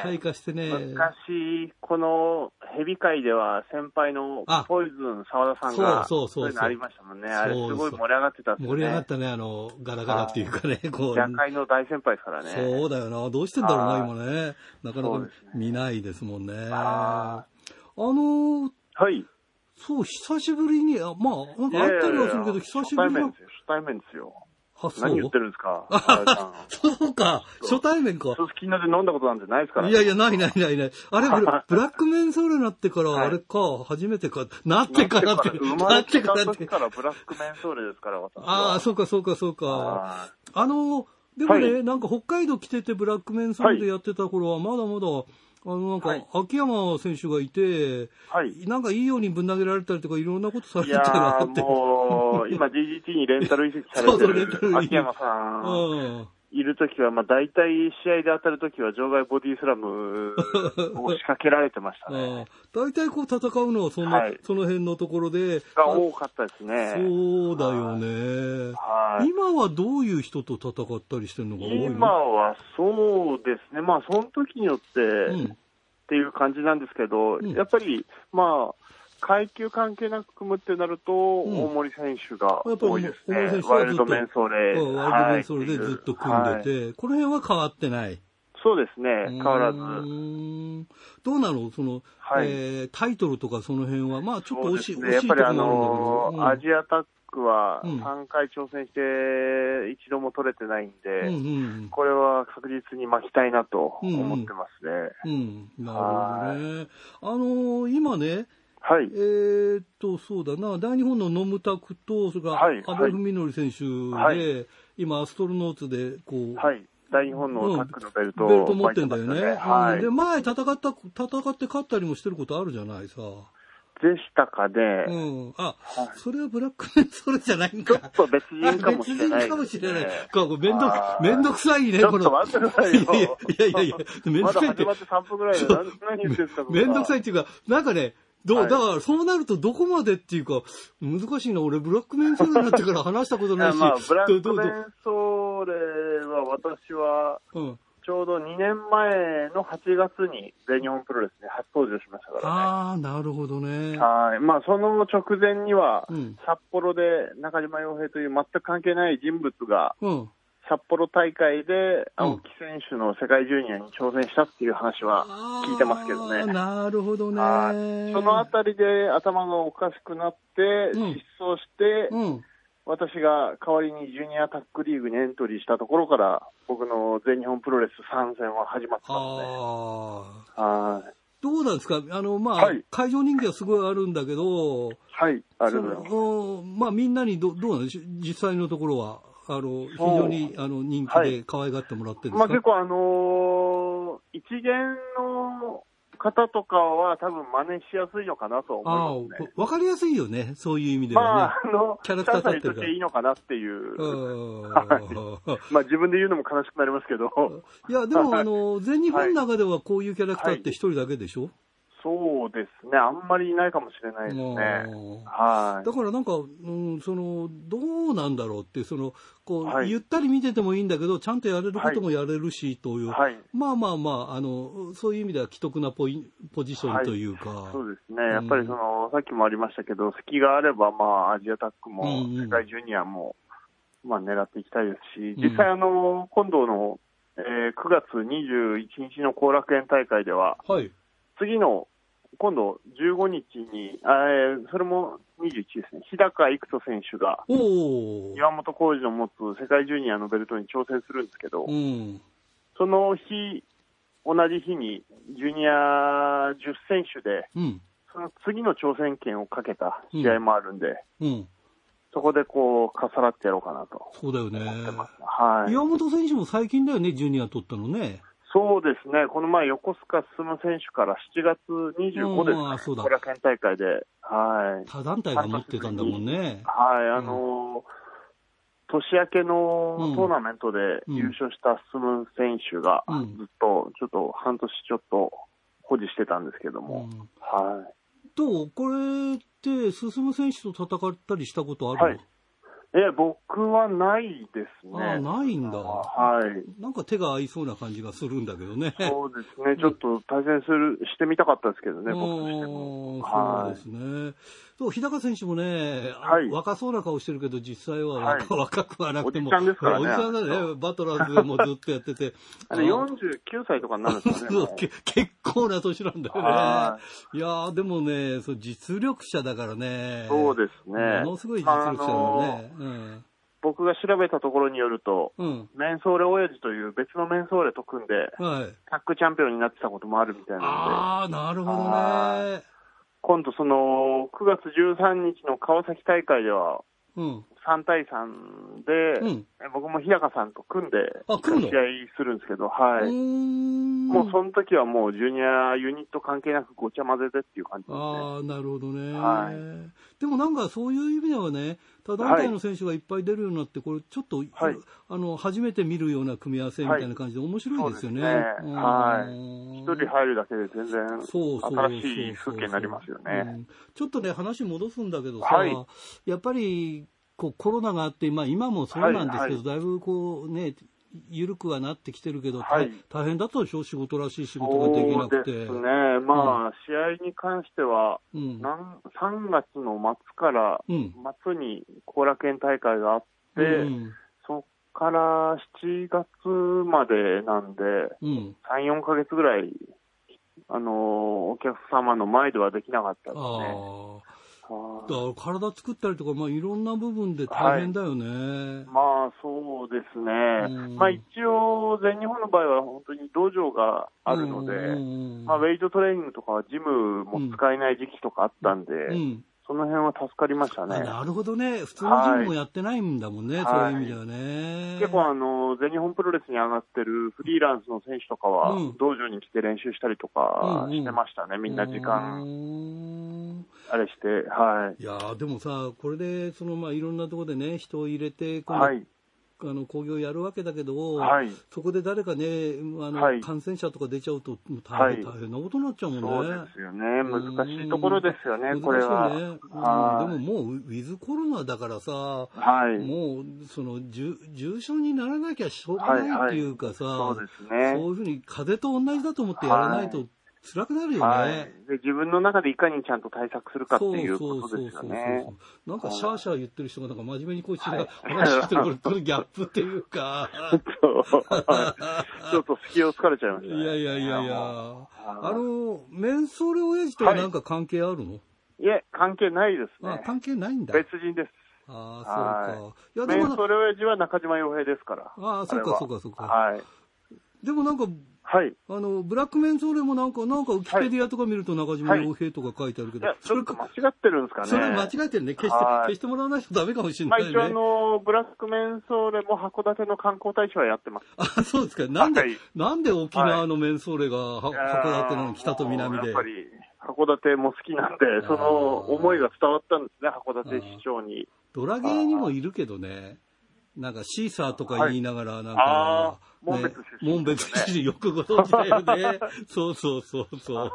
体ね。化してね。昔、このヘビ界では先輩のあポイズン澤田さんが、そうそうそうそういのありましたもんね。あれ、すそうそうごい盛り上がってたっすね。盛り上がったね、あの、ガラガラっていうかね、こう。夜会の大先輩ですからね。そうだよな。どうしてんだろうな、はい今ね。なかなそうかですね見ないですもんね。あはの、はい。そう、久しぶりに、あまあ、なんかあったりはするけど、久しぶり初対面のですよ。初対面ですよ。発何言ってるんですかあれさんそうか、初対面か。そうみんなで飲んだことなんてないですから。いやいや、ないないないない。あれ、ブ ラブラックメンソールになってから、はいあれか、初めてか、なってからって、生なまっれててかたらっ時て。からブラックメンソールですから、私は。ああ、そうかそうかそうか。ああの、でもね、はなんか北海道来ててブラックメンソールでやってた頃は、まだまだ、あの、なんはいか、秋山選手がいて、ーはい。なんかいいようにぶん投げられたりとか、いろんなことされいてやたなーって。もう、今 DGT にレンタル移籍さそうそうレれンタてル移る籍秋山さん、うん。いる時は、まあ大体試合で当たる時は場外ボディスラムを仕掛けられてましたあね。大体こう戦うのはそんな、はいその辺のところで。が多かったですね。そうだよね。はい。今はどういう人と戦ったりしてるのが多いの今はそうですね、まあ、その時によって、うんっていう感じなんですけど、んやっぱり、まあ、階級関係なく組むってなると、ん大森選手がやっぱり多いですね大森選手、はずっとワイルドメンソーレ、うんワイルドメンソールでずっと組んではいて、この辺は変わってない。そうですね、変わらず、うーんどうなのその、はいえータイトルとかその辺は、まあちょっとそう惜でしい、す惜ね、やっしいぱとこりろあものあアるんだジアタックはうん3回挑戦して、一度も取れてないんけど、うん、で、うん、これは確実に巻きたいなと思ってますね。うん、うん、なるほどね。あのー今ね、はいえーっと、そうだな、大日本の野村拓と、それからはい阿部文則選手で、はい今、アストロノーツで、こう、はい。大日本のタックのベルトベルト持ってんだよね。はい。で、で前戦った、戦って勝ったりもしてることあるじゃないさ。したかで、うん。あ、それはブラック メンソールじゃないんちょかっ。と別あ人かもしれな別い、人かもしれない。 こうめんどはく、いめんどくさいね、ちょこっとの。待ってくださいよ。いやいやいやめんど まくださいって始まって3分ぐらいで何何言ってんすか、めんどくさいい。っていうか、なんかね、どう、はいだから、そうなるとどこまでっていうか、難しいな。俺、ブラックメンソールになってから話したこと なまいあ、し。ブラッどクうどメうンソーレは私は、どううん。ちょうど2年前の8月に全日本プロレスに初登場しましたからね。ああ、なるほどね。はい。まあ、その直前には、うん札幌で中島洋平という全く関係ない人物が、うん。札幌大会で青木選手の世界ジュニアに挑戦したっていう話は聞いてますけどあーね。なるほどねはい。そのあたりで頭がおかしくなって、うん失踪して、うん。私が代わりにジュニアタックリーグにエントリーしたところから、僕の全日本プロレス参戦は始まったんで、ああ。はどうなんですかあの、まあ、はい会場人気はすごいあるんだけど、はい、ありがとうございます。そのまあ、みんなにどどうなんでし実際のところは、あの非常にあの人気はでい可愛がってもらってるんですまか、あ、結構、あのー一元の方とかは、多分真似しやすいのかなとああ思いますね。わかりやすいよね、そういう意味でまはねあ。、あの、キャラクター立ってるから関西としていいのかなっていう、うんまあ、自分で言うのも悲しくなりますけど、いや、でも、はいあの、全日本の中ではこういうキャラクターって一人だけでしょ、そうですね、あんまりいないかもしれないですね。うんはいだ。からなんか、うん、その、どうなんだろうっていう、その、こう、はいゆったり見ててもいいんだけど、ちゃんとやれることもやれるし、という、はい。まあまあまあ、あの、そういう意味では既得なポイポジションというか、そうですね、やっぱりその、さっきもありましたけど、隙があれば、まあ、アジアタックも、うんうん世界ジュニアも、まあ、狙っていきたいですし、うん実際、あの、今度の、えー9月21日の後楽園大会では、はい。次の、今度15日に、あえーそれも21ですね、日高育人選手が、おお。岩本浩二の持つ世界ジュニアのベルトに挑戦するんですけど、うん。その日、同じ日に、ジュニア10選手で、うん。その次の挑戦権をかけた試合もあるんで、うん。そこでこう、重なってやろうかなとそうだよね。思ってます。はい。岩本選手も最近だよね、ジュニア取ったのね。そうですね、この前、横須賀進選手から7月25うんあですそうね、だ後楽園大会で、はい。他団体が持ってたんだもんね。はい、あのー年明けうのんトーナメントで優勝した進選手が、うんずっと、ちょっと半年ちょっと保持してたんですけどうも、ん。はい。どうこれって、進選手と戦ったりしたことあるの、はいえ、僕はないですね。ああ、ないんだ。はい。なんか手が合いそうな感じがするんだけどね。そうですね、ちょっと対戦するしてみたかったですけどね、う僕としても。んそうはいですね。そう、日高選手もね、あはい若そうな顔してるけど、実際ははい若,、若くはなくても。おじさんですからねおじさんだね。バトラーズでもずっとやってて。 あれ、49歳とかになるんですよ ねそもうけ結構な年なんだう。よはね。いやー、でもね、そう実力者だからねい。。そうですね。ものすごい実まああ力者だよのね。うん。僕が調べたところによると、うん。メンソーレ親父という別のメンソーレと組んで、はい。タッグチャンピオンになってたこともあるみたいなので、あー、なるほどねは。今度その、9月13日の川崎大会では、うん。 3対3で、うんえ僕も日高さんと組んで、あ組むの試合するんですけど、はうーい。ん。もうその時はもうジュニアユニット関係なくごちゃ混ぜでっていう感じですね。ああ、なるほどね、はでもなんかそういう意味ではね、他団体の選手がいっぱい出るようになって、これちょっと、はいあの初めて見るような組み合わせみたいな感じで面白いですよね。はいそうですねうんはい一人入るだけで全然そうそうそう新しい風景になりますようね。んちょっとね、話戻すんだけどさ、はいやっぱりこうコロナがあって、まあ、今もそうなんですけど、はいはいだいぶこうね、緩くはなってきてるけど、はい大大変だったでしょ、仕事らしい仕事ができなそくうて。ですね。まあ、試合に関しては、うんなん3月の末からうん末に後楽園大会があって、うんそっから7月までなんで、うん3、4ヶ月ぐらい、あのーお客様の前ではできなかったですあね。あ、はいだから体作ったりとか、まあ、いろんな部分で大変だよね。まあそうですね、うんまあ一応、全日本の場合は本当に道場があるので、うんまあ、ウェイトトレーニングとかはジムも使えない時期とかあったんで、うんその辺は助かりましたね。なるほどね。普通のジムもやってないんだもんね、はいそういう意味ではね。結構あの、全日本プロレスに上がってるフリーランスの選手とかはうん、道場に来て練習したりとかうんうんしてましたね、みんな時間、うんあれして、はいい。やーでもさ、これで、その、まあ、いろんなところでね、人を入れて、今度はい。あの、興行やるわけだけど、はいそこで誰かね、あの、はい感染者とか出ちゃうと、もう大変、はい大変なことになっちゃうもんね。そうですよね。難しいところですよね、これ難は。しいねはうんいでももうウィズコロナだからさ、はい。もうその重重症にならなきゃしょうがないっていうかさ、そうですね。そういうふうに風邪と同じだと思ってやらないと辛くなるよね。はい、で自分の中でいかにちゃんと対策するかってそういうそうことそうですそようね。 そう。なんかシャーシャー言ってる人がなんか真面目にこうしてるはい話してるこれとのギャップっていう か。ちょっと隙を突かれちゃいましいたね。やいやいやいや。もうあの、メンソーレ親父とはなんか関係あるの、いえ、関係ないですあね。関係ないんだ。別人です。ああ、そうか。いや、メでンもソ、レ親父は中島洋平ですから。ああ、そうれかはそうかそうか。はい。でもなんか、はい。いあの、ブラックメンソーレもなんか、なんかウキペディアとか見ると中島洋平とか書いてあるけど、や、ちそょれっと間か違、ってるんですかね。それ間違えてるね。消しては、い消してもらわないとダメかもしれまなあい一応あね。の、ブラックメンソーレも函館の観光大使はやってます。 あ、そうですか。なんではい、なんで沖縄のメンソーレがは函館なのに北と南やでっ。ぱり、函館も好きなんで、その思いが伝わったんですね、函館市長に。ドラゲーにもいるけどね。なんかシーサーとか言いながら、なんあか、ねー紋別出身紋別出身、よくご存知だよね。そうそうそうそう。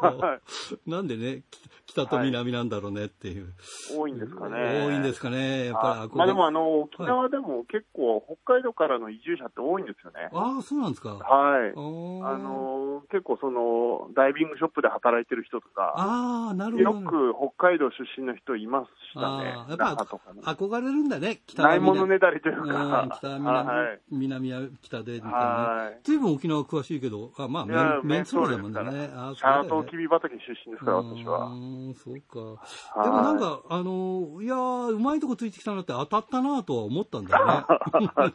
なんでね、き北と南なんだろうねっていう。多いんですかね。多いんですかかね。やっぱり憧れまあでもあの、沖縄でも結構北海道からの移住者って多いんですよね。ああ、そうなんですか。はい。あーあの、結構その、ダイビングショップで働いてる人とか、あー、なるほど。よく北海道出身の人いましたねあ。ーやっ那ぱ覇とかに。憧れるんだね、北はない南ものねだりといううんか。北は南、はい。南は北で、みたいなはね。ずいぶん沖縄詳しいけど、あまあ、いやメンメンソールだもんメンソールでねす。あーい。シャーそうだよトねきび畑出身ですから、私うは。ーん、そうか。はいでもなんか、あの、いやー、うまいとこついてきたなって当たったなとは思ったんだ よね。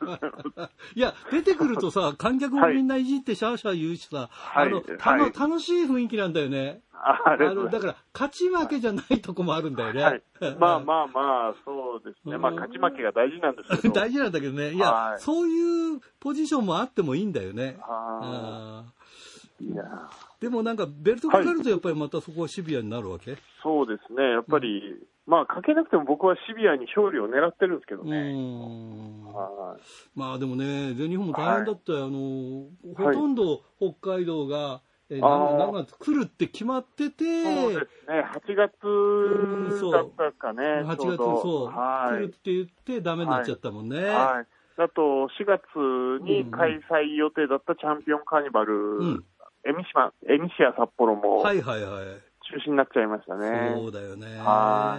いや、出てくるとさ、観客もみんないじってシャーシャー言うしさ、はいあの、たはいの楽しい雰囲気なんだよね。あありがとうごの、だざいから、勝ち負けじゃないとこもあるんだよね。ます。はい。まあまあまあ、そうですね。まあ、うん勝ち負けが大事なんですけ ど。大事なんだけどね。いや、はいそういうポジションもあってもいいんだよね。ああーーいやーでもなんか、ベルトかかるとやっぱりまたそこはシビアになるわけ、そうですね。やっぱり、まあ、かけなくても僕はシビアに勝利を狙ってるんですけどうね。ん。はいまあでもね、全日本も大変だったよ、あのほとんど北海道が、えーあー長長く来るって決まってて、そうですね。8うんそう月だったかね。 8ちょ月うどそう、は来るいっ。て言って、ダメになっちゃったもんね。はい。あと、4月に開催予定だったチャンピオンカーニバル、うんエミシマ、エミシア札幌もは中いはいはい、止になっちゃいましたね。そうだよね。は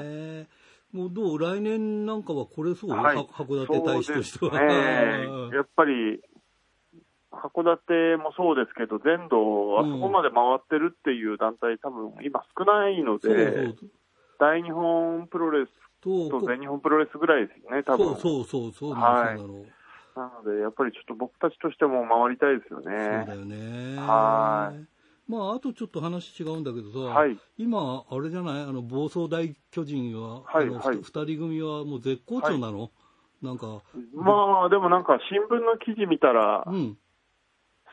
もうどう来年なんかは来れそう、はいは函館大使としては。そうですねやっぱり、函館もそうですけど、全土、あそこまで回ってるっていう団体、多分今少ないので、そう大日本プロレスそうとと全日本プロレスぐらいですよね、多そ分うそうそうそう、はいそうなの。そうなので、やっぱりちょっと僕たちとしても回りたいですよだね。よね。はまあ、あとちょっと話違うんだけどさ、はい。今、あれじゃない、あの暴走大巨人は、はいあのはいふた二人組はもう絶好調なの、なんか、まあ、でもなんか新聞の記事見たら、うん、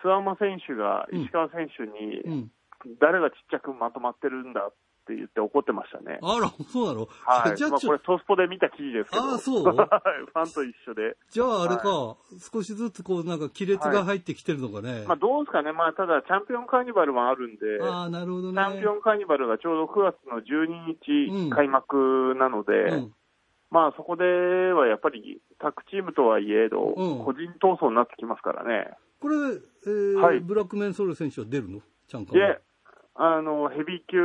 諏訪間選手がうん石川選手に、うん、誰がちっちゃくまとまってるんだって言って怒ってましたね。あら、そうなの、はい。じゃまああ、ちこょれ、トースポで見た記事ですけど。ああそう はいファンと一緒で。じゃああれか、少しずつこう、なんか亀裂が入ってきてるのかね。まあ、どうですかね。まあ、ただ、チャンピオンカーニバルもあるんで、ああ、なるほどチね。ャンピオンカーニバルがちょうど9月の12うん日開幕なので、うん、まあ、そこではやっぱり、各チームとはいえど、うん個人闘争になってきますからね。これ、えーはいブラックメンソール選手は出るのちゃんかで、あの、ヘビー級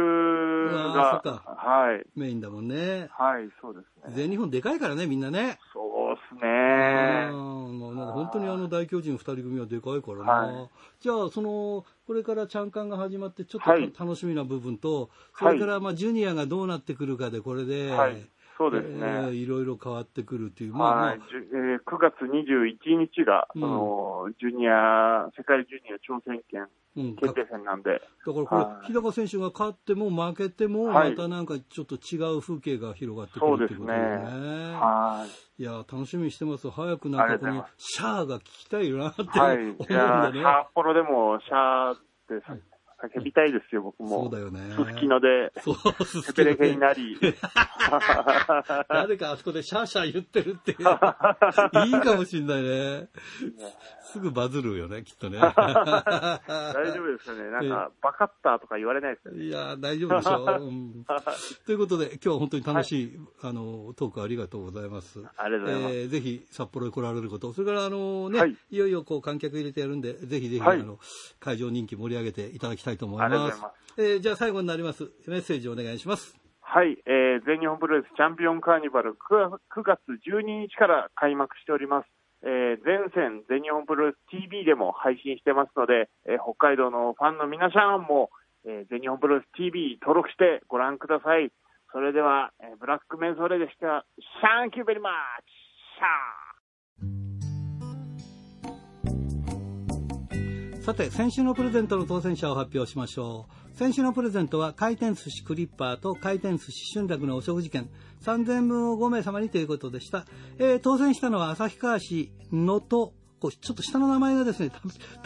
ああが、そっかはい。メインだもんね。はい、そうですね。全日本でかいからね、みんなね。そうですあね。ーまあなんか本当にあの大巨人2人組はでかいからな、はいじゃあ、そのこれからチャンカンが始まって、ちょっとた、はい楽しみな部分と、そはいれからまあジュニアがどうなってくるかで、これで、はい。そうですえーね。いろいろ変わってくるっていう、まあまはあい、じゅえー9月21日が、うんそのジュニア、世界ジュニア挑戦権うん、か決だ定戦なんで、からこれ、はい日高選手が勝っても負けても、はいまたなんかちょっと違う風景が広がってくるっていうことだよそうね。はいいや、楽しみにしてます。早くなんかこあのりがとうございまシャアが聞きたいなって思はい、 うんいやだね。ー札幌でもシャーってさ叫びたいですよ、僕そもうだ。よね。すすきので、そう、すヘすペきレのケねになり、なぜかあそこでシャーシャー言ってるって いう。いいかもしんないね。すぐバズるよね、きっ とね。大丈夫ですよね。なんか、バカッターとか言われないですよね。いやー、大丈夫でしょ う、うんということで、今日は本当に楽しい、あのトークありがとうございます。ありがとうございますえーぜひ札幌へ来られること、それからあの、ねはいい、よいよこう観客入れてやるんで、ぜひぜひ、はいあの会場人気盛り上げていただきたいと思いありがとうまごすざいま。えーじゃあ最後になります。メッセージお願いします。はい、えー全日本プロレスチャンピオンカーニバル 9, 月12日から開幕しております。えー全線全日本プロレス TV でも配信してますので、えー北海道のファンの皆さんも、えー全日本プロレス TV 登録してご覧ください。それでは、えーブラックメンソーレでした。シャンキューベリマッチシャーさて先週のプレゼントの当選者を発表しましょう先週のプレゼントは回転寿司クリッパーと回転寿司春楽のお食事券3000円分を5名様にということでした、えー当選したのは旭川市能登こうちょっと下の名前がですね、た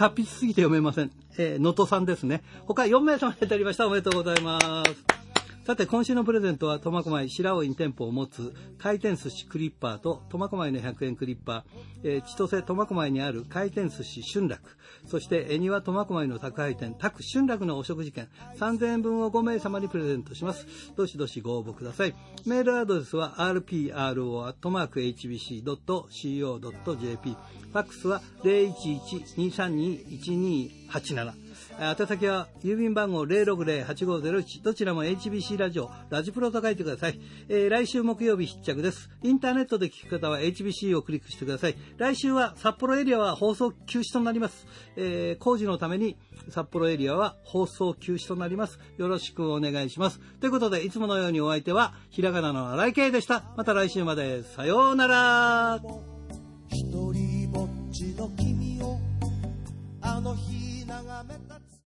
達筆すぎて読めません。えー能登さんですね。他4名様に当たりました。おめでとうございます。さて、今週のプレゼントは、苫小牧白尾に店舗を持つ回転寿司クリッパーと苫小牧の100円クリッパー、えー千歳苫小牧にある回転寿司春楽、そして恵庭苫小牧の宅配店宅春楽のお食事券3000円分を5名様にプレゼントします。どしどしご応募ください。メールアドレスは rpro.hbc.co.jp、ファックスは011-232-1287。宛先は郵便番号060-8501どちらも HBC ラジオラジプロと書いてください、えー来週木曜日必着ですインターネットで聞く方は HBC をクリックしてください来週は札幌エリアは放送休止となります、えー工事のために札幌エリアは放送休止となりますよろしくお願いしますということでいつものようにお相手はひらがなの荒井圭でしたまた来週までさようなら一人ぼっちの君をあの日眺めた